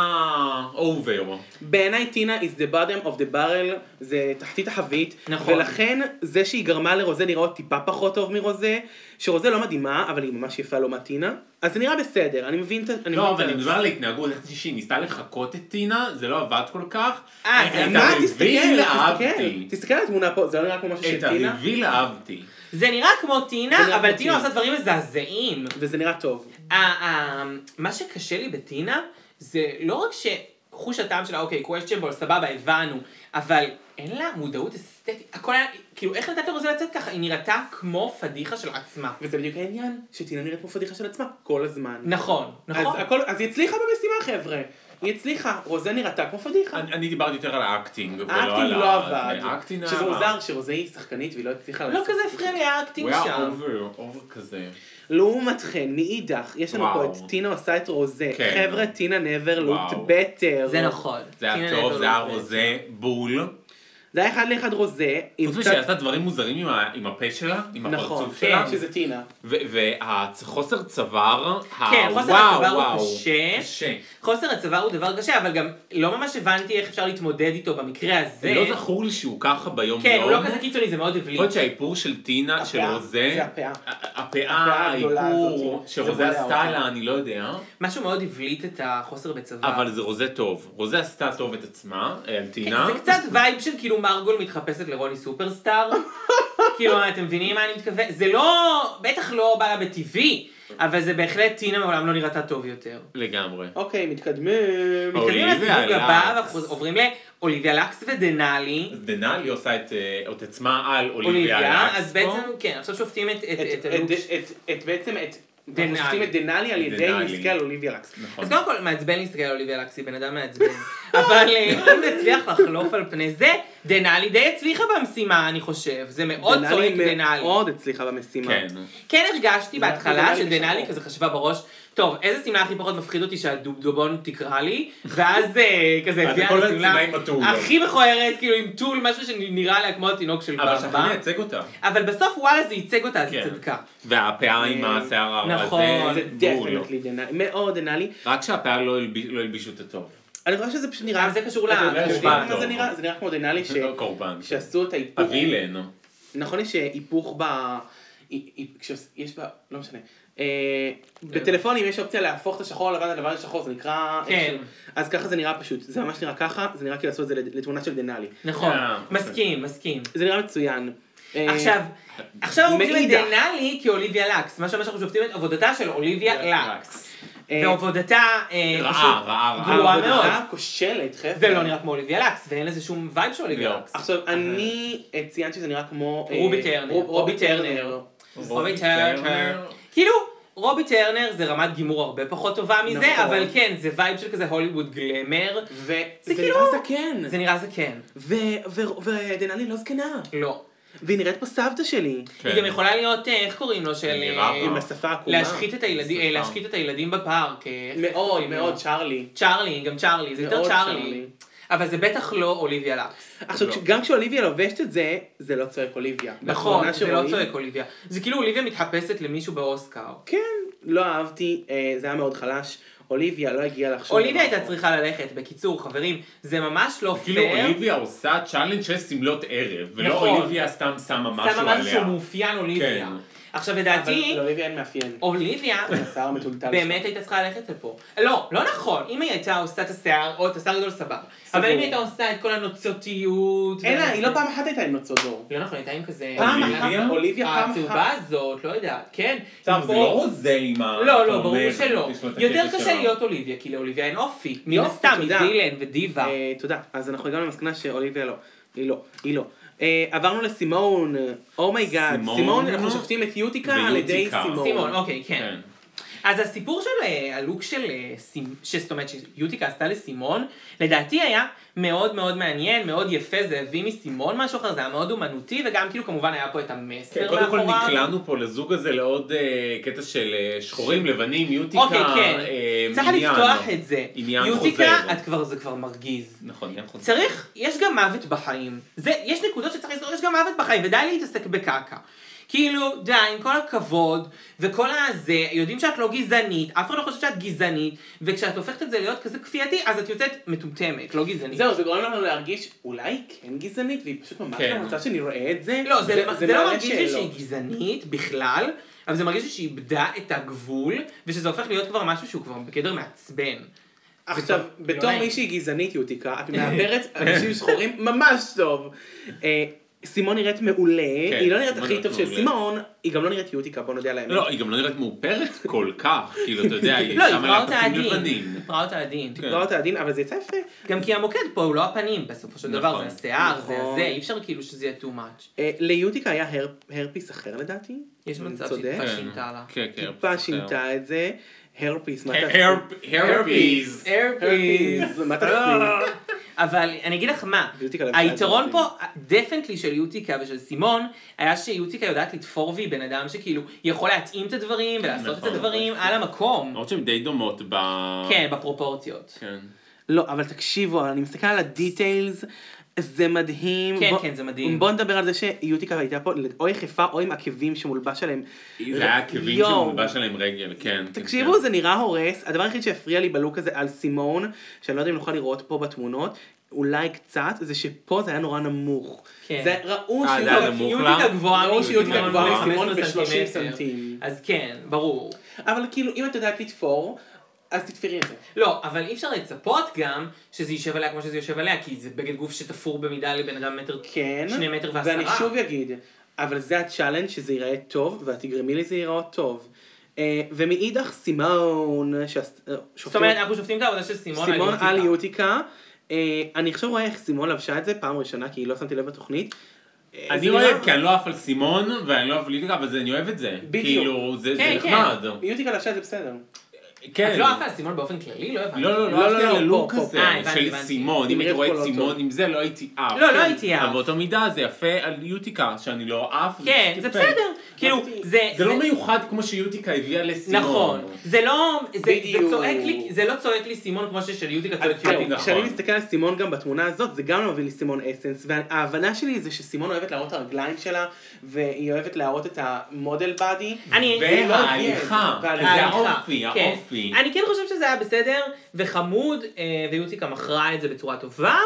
Speaker 4: אובר.
Speaker 3: בעיניי טינה is the bottom of the barrel, זה תחתית החבית.
Speaker 2: נכון.
Speaker 3: ולכן זה שהיא גרמה לרוזה לראות טיפה פחות טוב מרוזה, שרוזה לא מדהימה, אבל היא ממש יפה לעומת טינה. אז זה נראה בסדר, אני מבין את ה...
Speaker 4: לא,
Speaker 3: מבין את
Speaker 4: אבל אני
Speaker 3: ה-
Speaker 4: מדבר על ההתנהגות, איך שהיא ניסתה לחקות את טינה, זה לא עבד כל כך.
Speaker 2: אה,
Speaker 4: את
Speaker 2: זה-
Speaker 4: הריביל
Speaker 3: מה, תסתכל, לא,
Speaker 4: אהבתי.
Speaker 3: תסתכל, תסתכל על התמונה פה, זה לא נראה כמו משהו
Speaker 4: את
Speaker 3: של טינה,
Speaker 4: הריביל אהבתי.
Speaker 2: זה נראה כמו
Speaker 3: זה נראה
Speaker 2: טינה, אבל
Speaker 3: כמו
Speaker 2: טינה
Speaker 3: טינה.
Speaker 2: עושה דברים מזעזעים.
Speaker 3: וזה נראה טוב.
Speaker 2: ה- ה- מה שקשה לי בטינה, זה לא רק שחוש הטעם שלה, אוקיי, questionable, סבבה, הבנו, אבל אין לה מודעות אסתטית, הכל היה, כאילו, איך נתת לרוזה לצאת ככה? היא נראתה כמו פדיחה של עצמה.
Speaker 3: וזה בדיוק העניין, שטינה נראית כמו פדיחה של עצמה, כל הזמן.
Speaker 2: נכון, נכון.
Speaker 3: אז הכל, אז היא הצליחה במשימה חבר'ה, היא הצליחה, רוזה נראתה כמו פדיחה.
Speaker 4: אני אני דיברתי יותר על האקטינג, ולא על ה...
Speaker 3: האקטינג לא עבד,
Speaker 4: האקטינג לא היה...
Speaker 3: שזה מוזר שרוזה היא שחקנית והיא לא הצליחה
Speaker 2: לא
Speaker 3: לעשות.
Speaker 2: כזה הפריע לי האקטינג
Speaker 4: הוא היה
Speaker 2: שם.
Speaker 4: אובר, אובר כזה.
Speaker 3: לעומת כן, מאידך, יש לנו פה
Speaker 4: וואו.
Speaker 3: את טינה עושה את רוזה.
Speaker 4: כן.
Speaker 3: חבר'ה, טינה never looked
Speaker 4: וואו.
Speaker 3: better.
Speaker 2: זה נכון.
Speaker 4: זה היה
Speaker 2: טינה
Speaker 4: טוב,
Speaker 2: נטו
Speaker 4: זה היה
Speaker 2: לא עובד.
Speaker 4: רוזה, בול.
Speaker 3: זה היה אחד לאחד רוזה, עם
Speaker 4: חוץ מזה
Speaker 3: קצת-
Speaker 4: שהיא עשתה דברים מוזרים עם ה- עם הפה שלה, עם
Speaker 3: נכון,
Speaker 4: הפרצוף שלה.
Speaker 3: כן, שזה טינה.
Speaker 4: והחוסר צוואר,
Speaker 2: כן,
Speaker 4: ה-
Speaker 2: חוסר
Speaker 4: וואו,
Speaker 2: הצוואר הוא
Speaker 4: וואו.
Speaker 2: קשה.
Speaker 4: קשה.
Speaker 2: חוסר הצוואר הוא דבר קשה, אבל גם לא ממש הבנתי איך אפשר להתמודד איתו במקרה הזה.
Speaker 4: לא זכור לי שהוא ככה ביום
Speaker 2: כן, הוא לא
Speaker 4: יום.
Speaker 2: כזה קיצוני, זה מאוד הבליט.
Speaker 4: יכול להיות שהאיפור של טינה, של
Speaker 3: הפאה,
Speaker 4: רוזה,
Speaker 3: זה הפאה.
Speaker 4: ה-
Speaker 3: הפאה
Speaker 4: הפאה,
Speaker 3: הגדולה
Speaker 4: האיפור,
Speaker 3: הזאת, זה
Speaker 4: שרוזה
Speaker 3: בולע
Speaker 4: עשתה
Speaker 3: אותי.
Speaker 4: לה, אני לא יודע,
Speaker 2: משהו מאוד הבליט את החוסר בצוואר.
Speaker 4: אבל זה רוזה טוב. רוזה עשתה טוב את עצמה, אה, על
Speaker 2: כן,
Speaker 4: טינה.
Speaker 2: זה קצת וייב של כאילו מרגול מתחפשת לרוני סופרסטאר. כאילו, אתם מבינים מה אני מתכוון? זה לא, בטח לא בא לה בטבעי, אבל זה בהחלט טינה מעולם לא נראתה טוב יותר.
Speaker 4: לגמרי.
Speaker 3: אוקיי, מתקדמים.
Speaker 2: מתקדמים
Speaker 4: אוקיי. אוליביה
Speaker 2: לסיבוב הבא,
Speaker 4: לקס.
Speaker 2: ואנחנו עוברים לאוליביה לקס ודנאלי.
Speaker 4: אז דנאלי עושה את אה, את עצמה על אוליביה
Speaker 2: אוליביה,
Speaker 4: לקס
Speaker 2: אז
Speaker 4: פה.
Speaker 2: בעצם, כן, עכשיו שופטים את- את-
Speaker 3: את-
Speaker 2: את הלוק.
Speaker 3: את- את- את בעצם את...
Speaker 2: דנאלי.
Speaker 3: אנחנו שופטים את דנאלי על ידי
Speaker 4: דנאלי.
Speaker 3: נסקי על אוליביה לקס.
Speaker 4: נכון.
Speaker 2: אז קודם כל, מעצבן להסתכל על אוליביה לקס, היא בן אדם מעצבן. אבל אה, אם נצליח לחלוף על פני זה, דנאלי די הצליחה במשימה, אני חושב. זה מאוד צועק דנאלי.
Speaker 3: מאוד הצליחה במשימה.
Speaker 4: כן.
Speaker 2: כן הרגשתי
Speaker 4: לא,
Speaker 3: דנאלי
Speaker 2: בהתחלה
Speaker 3: דנאלי
Speaker 2: שדנאלי
Speaker 3: בשחור.
Speaker 2: כזה חשבה בראש, טוב, איזה שמלה הכי פחות מפחיד אותי שהדובדובון תקרא לי, ואז אה, כזה
Speaker 4: אז
Speaker 2: הביאה
Speaker 4: כל
Speaker 2: לה
Speaker 4: השמלה
Speaker 2: שמלה
Speaker 4: עם הטול.
Speaker 2: הכי מכוערת, כאילו עם טול, משהו שנראה לה כמו התינוק של
Speaker 4: אבל
Speaker 2: בר
Speaker 4: שכן
Speaker 2: שבא.
Speaker 4: מייצג אותה.
Speaker 2: אבל בסוף וואלה זה ייצג אותה, אז היא
Speaker 4: כן.
Speaker 2: צדקה.
Speaker 4: והפאה עם
Speaker 3: אה,
Speaker 4: השיער הרע.
Speaker 2: נכון,
Speaker 3: זה
Speaker 4: ברור לו.
Speaker 3: דפנטלי דנאלי, מאוד דנאלי.
Speaker 4: רק שהפאה לא הלביש- לא הלבישו את הטוב.
Speaker 3: אני חושב שזה פשוט נראה...
Speaker 2: אבל זה קשור
Speaker 3: אתם
Speaker 2: לקורבן.
Speaker 3: יודעים מה זה
Speaker 4: טוב.
Speaker 3: נראה? זה נראה כמו דנאלי ש-
Speaker 4: לא קורבן.
Speaker 3: שעשו את ההיפוך.
Speaker 4: הווילן.
Speaker 3: נכון יש אה, היפוך ב... אי- אי- כשעוש- יש בה, לא משנה. אה, בטלפונים יש אופציה להפוך את השחור הלבן לדבר השחור, זה נקרא...
Speaker 2: כן.
Speaker 3: אז ככה זה נראה פשוט, זה ממש נראה ככה, זה נראה כאילו עשו את זה לתמונה של דנאלי.
Speaker 2: נכון,
Speaker 4: אה,
Speaker 2: מסכים, מסכים.
Speaker 3: זה נראה מצוין. אה,
Speaker 2: עכשיו, עכשיו אנחנו עוברים
Speaker 3: מאידך.
Speaker 2: לדנאלי כאוליביה לקס, מה שאומר שאנחנו שופטים את עבודתה של אוליביה לקס.
Speaker 3: אה,
Speaker 2: ועבודתה אה,
Speaker 4: רעה,
Speaker 2: פשוט
Speaker 4: רעה, רעה.
Speaker 2: גרועה
Speaker 3: העבודה
Speaker 2: מאוד.
Speaker 3: כושלת, חבר'ה.
Speaker 2: זה לא נראה כמו אוליביה לקס, ואין לזה שום וייב של אוליביה
Speaker 4: לא.
Speaker 2: לקס.
Speaker 3: עכשיו, אני אה, ציינתי שזה נראה כמו... אה,
Speaker 2: רובי טרנר.
Speaker 3: רוב- רובי טרנר.
Speaker 2: טרנר. רובי טרנר. כאילו, רובי טרנר זה רמת גימור הרבה פחות טובה
Speaker 3: נכון.
Speaker 2: מזה, אבל כן, זה וייב של כזה הוליווד גלמר.
Speaker 3: וזה
Speaker 2: כאילו-
Speaker 3: נראה לא זקן.
Speaker 2: זה נראה זקן.
Speaker 3: ו- ו- ודנאלי לא זקנה.
Speaker 2: לא.
Speaker 3: והיא נראית כמו סבתא שלי.
Speaker 4: כן.
Speaker 2: היא גם יכולה להיות, אה, איך קוראים לו, של...
Speaker 4: זה נראה
Speaker 2: אה,
Speaker 4: רע.
Speaker 3: עם השפה העקומה.
Speaker 2: להשחית את הילדים, אה,
Speaker 4: סליחה.
Speaker 2: להשחית את הילדים בפארק. אה, איך
Speaker 3: מאוד,
Speaker 2: קוראים לו?
Speaker 3: מאוד, צ'ארלי.
Speaker 2: צ'ארלי, גם צ'ארלי, זה יותר
Speaker 3: מאוד
Speaker 2: צ'ארלי.
Speaker 3: צ'ארלי.
Speaker 2: אבל זה בטח לא אוליביה לקס.
Speaker 3: עכשיו,
Speaker 4: לא.
Speaker 3: כש- גם כשאוליביה לובשת את זה, זה לא צועק אוליביה.
Speaker 2: נכון,
Speaker 3: בתמונה
Speaker 2: זה לא
Speaker 3: שרואים-
Speaker 2: צועק אוליביה. זה כאילו אוליביה מתחפשת למישהו באוסקר.
Speaker 3: כן, לא אהבתי, אה, זה היה מאוד חלש. אוליביה לא הגיעה לחשוב.
Speaker 2: אוליביה הייתה צריכה ללכת, בקיצור, חברים, זה ממש לא
Speaker 4: כאילו
Speaker 2: פייר.
Speaker 4: אוליביה עושה צ'אלנג' של שמלות ערב, ולא
Speaker 2: נכון.
Speaker 4: אוליביה סתם שמה משהו
Speaker 2: שמה משהו
Speaker 4: לא עליה.
Speaker 2: שהוא מאופיין אוליביה.
Speaker 4: כן.
Speaker 2: עכשיו
Speaker 3: אבל לא-
Speaker 2: לדעתי,
Speaker 3: לאוליביה אין מאפיין.
Speaker 2: אוליביה
Speaker 3: השיער המטולטל.
Speaker 2: באמת הייתה צריכה ללכת לפה. לא, לא נכון, אם היא הייתה עושה את השיער, או את השיער גדול סבבה. אבל אם היא הייתה עושה את כל הנוצותיות...
Speaker 3: שלה. אין לה, היא לא
Speaker 2: וה-
Speaker 3: פעם אחת הייתה עם נוצות דור.
Speaker 2: לא נכון, הייתה עם כזה...
Speaker 3: פעם אחת,
Speaker 4: אוליביה?
Speaker 3: אוליביה פעם
Speaker 2: הצהובה
Speaker 3: אחת.
Speaker 2: הזאת, לא יודעת, כן.
Speaker 4: טוב,
Speaker 2: עם
Speaker 4: זה
Speaker 2: פה-
Speaker 4: לא רוזה עם ה...
Speaker 2: לא,
Speaker 4: אתה
Speaker 2: לא, ברור
Speaker 4: אומר,
Speaker 2: שלא.
Speaker 4: יש לו את
Speaker 2: יותר
Speaker 4: הקטע
Speaker 2: קשה
Speaker 4: שלו.
Speaker 2: להיות אוליביה, כי לאוליביה אין אופי. מן
Speaker 3: יופי,
Speaker 2: הסתם, היא
Speaker 3: תודה.
Speaker 2: וילן ודיבה.
Speaker 3: אה, תודה. אז אנחנו הגענו למסקנה שאוליביה לא. היא לא, היא לא. אה, עברנו Oh לסימון, אומייגאד,
Speaker 4: סימון?
Speaker 3: סימון, אנחנו שופטים את יוטיקה על ידי
Speaker 4: ויוטיקה.
Speaker 3: סימון.
Speaker 2: סימון, אוקיי, כן.
Speaker 4: כן.
Speaker 2: אז הסיפור של אה, הלוק של אה, סימ- ש- זאת אומרת שיוטיקה עשתה לסימון, לדעתי היה מאוד מאוד מעניין, מאוד יפה, זה הביא מסימון משהו אחר, זה היה מאוד אומנותי, וגם כאילו כמובן היה פה את המסר
Speaker 4: כן,
Speaker 2: מאחוריו.
Speaker 4: קודם כל נקלענו פה לזוג הזה לעוד אה, קטע של אה, שחורים, לבנים, יוטיקה,
Speaker 2: אוקיי, כן.
Speaker 4: אה,
Speaker 2: צריך
Speaker 4: עניין.
Speaker 2: לפתוח את זה.
Speaker 4: עניין
Speaker 2: יוטיקה,
Speaker 4: חוזר.
Speaker 2: את כבר, זה כבר מרגיז.
Speaker 4: נכון, עניין חוזר.
Speaker 2: צריך, יש גם מוות בחיים. זה, יש נקודות שצריך לזכור, יש גם מוות בחיים, ודי להתעסק בקעקע. כאילו, די, עם כל הכבוד, וכל הזה, יודעים שאת לא גזענית, אף אחד לא חושב שאת גזענית, וכשאת הופכת את זה להיות כזה כפייתי, אז את יוצאת מטומטמת, לא גזענית.
Speaker 3: זהו, זה גורם לנו להרגיש, אולי היא כן גזענית, והיא פשוט ממש
Speaker 4: כן.
Speaker 3: לא רוצה שנראה את זה.
Speaker 2: לא, זה, זה, לא
Speaker 3: מעלה
Speaker 2: מרגיש לי
Speaker 3: שאלות.
Speaker 2: שהיא גזענית בכלל, אבל זה מרגיש לי שהיא איבדה את הגבול, ושזה הופך להיות כבר משהו שהוא כבר בגדר מעצבן.
Speaker 3: עכשיו,
Speaker 2: זה כבר-
Speaker 3: בתור
Speaker 2: לא
Speaker 3: מישהי גזענית, יוטיקה, את מעברת אנשים שחורים ממש טוב. אה, סימון נראית מעולה,
Speaker 4: כן,
Speaker 3: היא לא נראית
Speaker 4: סימון
Speaker 3: הכי
Speaker 4: נראית
Speaker 3: טוב של
Speaker 4: מעולה.
Speaker 3: סימון, היא גם לא נראית יוטיקה, בוא נודה על האמת.
Speaker 4: לא, היא גם לא נראית מאופרת כל כך, כאילו, אתה יודע, היא
Speaker 2: לא, היא
Speaker 4: שמה
Speaker 2: פרעה
Speaker 4: לה
Speaker 2: אותה
Speaker 4: תפים
Speaker 2: עדין. היא
Speaker 4: לבנים.
Speaker 2: פרעה אותה עדין.
Speaker 4: כן.
Speaker 3: לא אותה עדין, אבל זה יצא יפה.
Speaker 2: גם כי המוקד פה הוא לא הפנים בסופו של דבר,
Speaker 4: נכון.
Speaker 2: זה השיער, זה
Speaker 3: נכון.
Speaker 2: הזה, אי אפשר כאילו שזה יהיה too much.
Speaker 3: אה, ליוטיקה היה הר- הרפיס אחר לדעתי.
Speaker 2: יש מצב
Speaker 3: צודק.
Speaker 2: שהיא טיפה
Speaker 4: כן.
Speaker 2: שינתה לה.
Speaker 4: כן, כן.
Speaker 3: טיפה שינתה את זה. הרפיס, מה
Speaker 2: אה,
Speaker 3: תעשי?
Speaker 4: הרפ- הרפיס.
Speaker 3: הרפיס, מה
Speaker 4: לא!
Speaker 3: תעשי?
Speaker 2: אבל אני אגיד לך מה,
Speaker 3: יוטיקה לבשה את
Speaker 2: היתרון
Speaker 3: זה
Speaker 2: פה, דפנטלי של יוטיקה ושל סימון, היה שיוטיקה יודעת לתפור והיא בן אדם שכאילו יכול להתאים את הדברים ולעשות את
Speaker 4: נכון.
Speaker 2: הדברים על המקום.
Speaker 4: למרות שהן די דומות ב...
Speaker 2: כן, בפרופורציות.
Speaker 4: כן.
Speaker 3: לא, אבל תקשיבו, אני מסתכל על הדיטיילס, זה מדהים.
Speaker 2: כן,
Speaker 3: בוא-
Speaker 2: כן, זה מדהים.
Speaker 3: בוא נדבר על זה שיוטיקה הייתה פה או יחפה או עם עקבים שמולבש עליהם.
Speaker 2: כן,
Speaker 4: זה היה עקבים
Speaker 3: יואו.
Speaker 4: שמולבש עליהם רגל, כן. כן,
Speaker 3: תקשיבו,
Speaker 4: כן.
Speaker 3: זה נראה הורס. הדבר היחיד שהפריע לי בלוק הזה על סימון, שאני לא יודע אם נוכל לראות פה בתמונות, אולי קצת, זה שפה זה היה נורא נמוך.
Speaker 2: כן.
Speaker 3: זה ראו
Speaker 4: אה, זה היה נמוך.
Speaker 2: יוטיקה
Speaker 4: לה?
Speaker 2: גבוהה
Speaker 3: ברור שיוטיקה
Speaker 2: מסימון
Speaker 4: גבוהה
Speaker 2: ב-
Speaker 3: מסימון
Speaker 2: 15
Speaker 3: ב- 30
Speaker 2: סנטימטר.
Speaker 3: סנטים.
Speaker 2: אז כן, ברור.
Speaker 3: אבל כאילו, אם את יודעת לתפור... אז תתפרי את זה.
Speaker 2: לא, אבל אי אפשר לצפות גם שזה יישב עליה כמו שזה יושב עליה, כי זה בגד גוף שתפור במידה לבן אדם מטר...
Speaker 3: כן.
Speaker 2: שני מטר ועשרה.
Speaker 3: ואני שוב אגיד, אבל זה הצ'אלנג' שזה ייראה טוב, ואת תגרמי לזה להיראות טוב. אה, ומאידך סימון, שהס- אה,
Speaker 2: זאת אומרת, אנחנו שופטים את העבודה של סימון
Speaker 3: סימון
Speaker 2: על
Speaker 3: על
Speaker 2: יוטיוב.
Speaker 3: יוטיקה. אה, אני עכשיו רואה איך סימון לבשה את זה פעם ראשונה, כי לא שמתי לב בתוכנית. אה, זה
Speaker 4: אני
Speaker 3: נראה-
Speaker 4: אוהב, כי אני לא עף על סימון, ואני לא אוהב ליטיקה, אבל זה- אני אוהב את זה.
Speaker 3: בדיוק.
Speaker 4: כאילו, זה זה
Speaker 2: כן, כן.
Speaker 4: נחמד.
Speaker 3: יוטיקה לבשה את זה בסדר.
Speaker 4: כן.
Speaker 2: את לא עפה על סימון באופן כללי? לא הבנתי.
Speaker 4: לא, לא,
Speaker 3: לא,
Speaker 4: לא אהבתי
Speaker 3: לא,
Speaker 4: על
Speaker 3: לא,
Speaker 4: הלוק
Speaker 3: פה, פה.
Speaker 4: הזה
Speaker 2: אה, הבנתי,
Speaker 4: של
Speaker 2: הבנתי.
Speaker 4: סימון. אם
Speaker 3: עם
Speaker 4: הייתי
Speaker 3: red
Speaker 4: רואה
Speaker 3: call
Speaker 4: את
Speaker 3: auto.
Speaker 4: סימון עם זה, לא הייתי עף.
Speaker 2: לא, לא הייתי עף.
Speaker 4: אבל באותה מידה זה יפה על יוטיקה, שאני לא עף.
Speaker 2: כן, זה
Speaker 4: טיפש.
Speaker 2: בסדר. כאילו, זה...
Speaker 4: זה לא מיוחד כמו שיוטיקה הביאה לסימון.
Speaker 2: נכון. זה לא... זה- זה
Speaker 3: בדיוק.
Speaker 2: צועק לי... זה לא צועק לי סימון כמו ששל יוטיקה
Speaker 3: אז
Speaker 2: צועק
Speaker 3: זהו,
Speaker 2: לי.
Speaker 4: נכון.
Speaker 3: כאילו, כשאני מסתכל על סימון גם בתמונה הזאת, זה גם לא מביא לי סימון אסנס, וההבנה שלי זה שסימון אוהבת להראות את הרגליים שלה, והיא אוהבת להראות את המודל לא באדי.
Speaker 2: אני...
Speaker 4: וההליכה,
Speaker 3: וההליכה.
Speaker 4: זה האופי,
Speaker 2: כן.
Speaker 4: האופי.
Speaker 2: אני כן חושב שזה היה בסדר וחמוד, אה, ויוטיקה מכרה את זה בצורה טובה,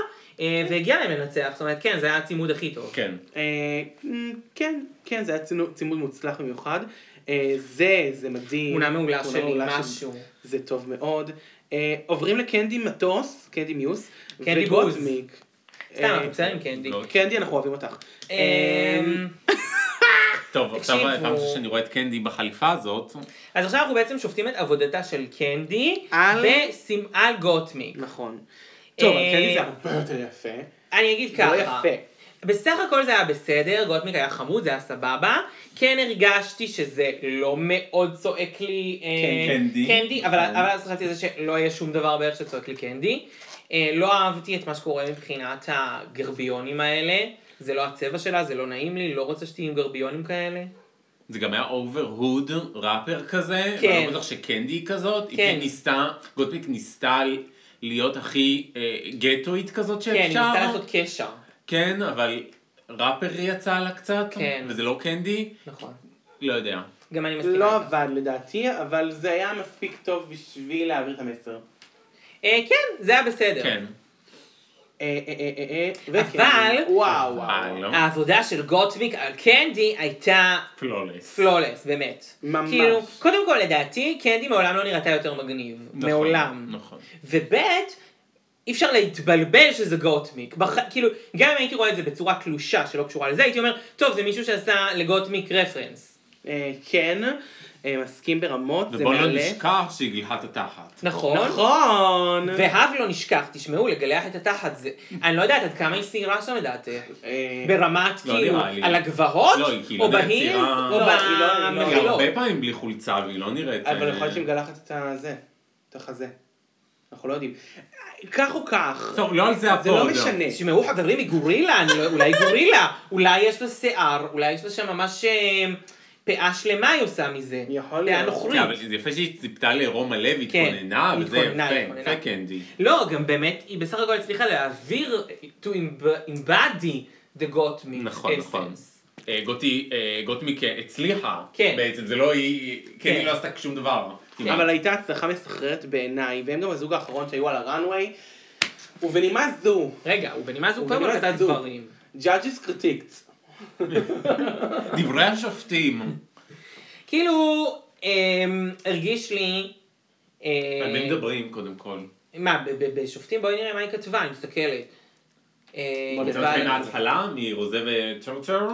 Speaker 2: אה, והגיע להם לנצח, זאת אומרת, כן, זה היה הצימוד הכי טוב.
Speaker 4: כן.
Speaker 3: אה, מ, כן, כן, זה היה צינו- צימוד מוצלח במיוחד. אה, זה, זה מדהים.
Speaker 2: תמונה מעולה
Speaker 3: תמונה
Speaker 2: שלי,
Speaker 3: מעולה של-
Speaker 2: משהו.
Speaker 3: זה טוב מאוד. אה, עוברים לקנדי מטוס, קנדי מיוס.
Speaker 2: קנדי בוז.
Speaker 3: וגוטמיק.
Speaker 2: סתם,
Speaker 3: אה,
Speaker 2: אנחנו בסדר עם קנדי.
Speaker 4: לא.
Speaker 3: קנדי, אנחנו אוהבים אותך.
Speaker 2: אמ,
Speaker 4: טוב, עכשיו
Speaker 2: תקשיבו.
Speaker 4: פעם שאני רואה את קנדי בחליפה הזאת,
Speaker 2: אז עכשיו אנחנו בעצם שופטים את עבודתה של קנדי,
Speaker 3: על-
Speaker 2: ושים- על גוטמיק.
Speaker 3: נכון. טוב, אבל
Speaker 2: אה,
Speaker 3: קנדי זה הרבה יותר יפה.
Speaker 2: אני אגיד
Speaker 3: זה
Speaker 2: ככה.
Speaker 3: לא יפה.
Speaker 2: בסך הכל זה היה בסדר, גוטמיק היה חמוד, זה היה סבבה. כן הרגשתי שזה לא מאוד צועק לי אה,
Speaker 4: כן, קנדי.
Speaker 2: קנדי, אבל,
Speaker 4: כן.
Speaker 2: אבל אז חשבתי על זה שלא יהיה שום דבר בערך שצועק לי קנדי. אה, לא אהבתי את מה שקורה מבחינת הגרביונים האלה. זה לא הצבע שלה, זה לא נעים לי, לא רוצה שתהיי עם גרביונים כאלה.
Speaker 4: זה גם היה אובר הוד ראפר כזה,
Speaker 2: כן.
Speaker 4: ואני לא בטוח שקנדי היא כזאת, היא
Speaker 2: כן.
Speaker 4: כן ניסתה, גוטמיק ניסתה להיות הכי אה, גטואית כזאת
Speaker 2: כן,
Speaker 4: שאפשר,
Speaker 2: אני ניסתה לעשות קשר.
Speaker 4: כן, אבל ראפר יצא לה קצת,
Speaker 2: כן.
Speaker 4: וזה לא קנדי,
Speaker 2: נכון.
Speaker 4: לא יודע.
Speaker 2: גם אני מסכימה.
Speaker 3: לא עבד לדעתי, אבל זה היה מספיק טוב בשביל להעביר את המסר.
Speaker 2: אה, כן, זה היה בסדר.
Speaker 4: כן.
Speaker 3: אה, אה, אה, אה, אה, וכן.
Speaker 2: אבל-
Speaker 3: וואו,
Speaker 4: אה,
Speaker 3: וואו.
Speaker 4: לא.
Speaker 2: העבודה של גוטמיק על קנדי הייתה
Speaker 4: פלולס.
Speaker 2: פלולס, באמת.
Speaker 3: ממש.
Speaker 2: כאילו, קודם כל לדעתי, קנדי מעולם לא נראתה יותר מגניב.
Speaker 4: נכון,
Speaker 2: מעולם.
Speaker 4: נכון.
Speaker 2: ובית, אי אפשר להתבלבל שזה גוטמיק. בח... כאילו, גם אם הייתי רואה את זה בצורה תלושה שלא קשורה לזה, הייתי אומר, טוב, זה מישהו שעשה לגוטמיק רפרנס.
Speaker 3: אה, כן, אה, מסכים ברמות, זה
Speaker 4: ובוא לא
Speaker 3: מעלה.
Speaker 4: נשכח שהיא גילחה את התחת.
Speaker 2: נכון?
Speaker 3: נכון.
Speaker 2: והב לא נשכח, תשמעו, לגלח את התחת זה. אני לא יודעת עד כמה היא סיירה שם לדעתך.
Speaker 3: אה,
Speaker 2: ברמת,
Speaker 4: לא,
Speaker 2: כאילו,
Speaker 4: נראה לי.
Speaker 2: על הגבהות?
Speaker 4: לא, היא כאילו
Speaker 2: או
Speaker 4: נראית
Speaker 2: בהילס?
Speaker 4: צעירה.
Speaker 2: או
Speaker 3: לא, היא לא- היא לא-
Speaker 4: היא
Speaker 2: במחילות?
Speaker 4: הרבה פעמים בלי חולצה, והיא לא נראית...
Speaker 3: אבל
Speaker 4: אה,
Speaker 3: יכול להיות שהיא מגלחת את הזה, את החזה. אנחנו לא יודעים. כך או כך.
Speaker 4: טוב, לא על זה הפוד.
Speaker 3: זה לא משנה.
Speaker 2: תשמעו חברים, היא גורילה, אני לא, אולי היא גורילה, אולי יש לה שיער, אולי יש לה שם ממש אה, פאה שלמה היא עושה מזה.
Speaker 3: יכול
Speaker 2: פאה
Speaker 3: להיות.
Speaker 2: נוכרית.
Speaker 4: כן, אבל זה יפה שהיא ציפתה לרום הלוי,
Speaker 2: כן,
Speaker 4: התכוננה, וזה
Speaker 2: התכוננה,
Speaker 4: יפה,
Speaker 2: התכוננה.
Speaker 4: יפה קנדי.
Speaker 2: לא, גם באמת, היא בסך הכל הצליחה להעביר אה, to emb- embody the got me.
Speaker 4: נכון, נכון. אה, גוטי, אה, גוטמיק אה, הצליחה,
Speaker 2: כן.
Speaker 4: בעצם, זה לא היא, כן, היא לא עשתה שום דבר. כמעט.
Speaker 3: כן. אבל הייתה הצלחה מסחררת בעיניי, והם גם הזוג האחרון שהיו על הראנוויי. ובנימה זו,
Speaker 2: רגע, ובנימה זו קודם
Speaker 3: ובנימה
Speaker 2: כל כתב
Speaker 3: זו.
Speaker 2: דברים.
Speaker 3: judges critiqued.
Speaker 4: דברי השופטים,
Speaker 3: אה.
Speaker 2: כאילו, אמ, הרגיש לי... אה,
Speaker 4: על מי מדברים קודם כל?
Speaker 2: מה, ב- ב- בשופטים? בואי נראה מה היא כתבה, אני מסתכלת. אה,
Speaker 3: בוא
Speaker 4: אתה
Speaker 2: כתבה
Speaker 4: מתחיל
Speaker 2: על-
Speaker 4: מההתחלה, מרוזה וצ'רצ'ר?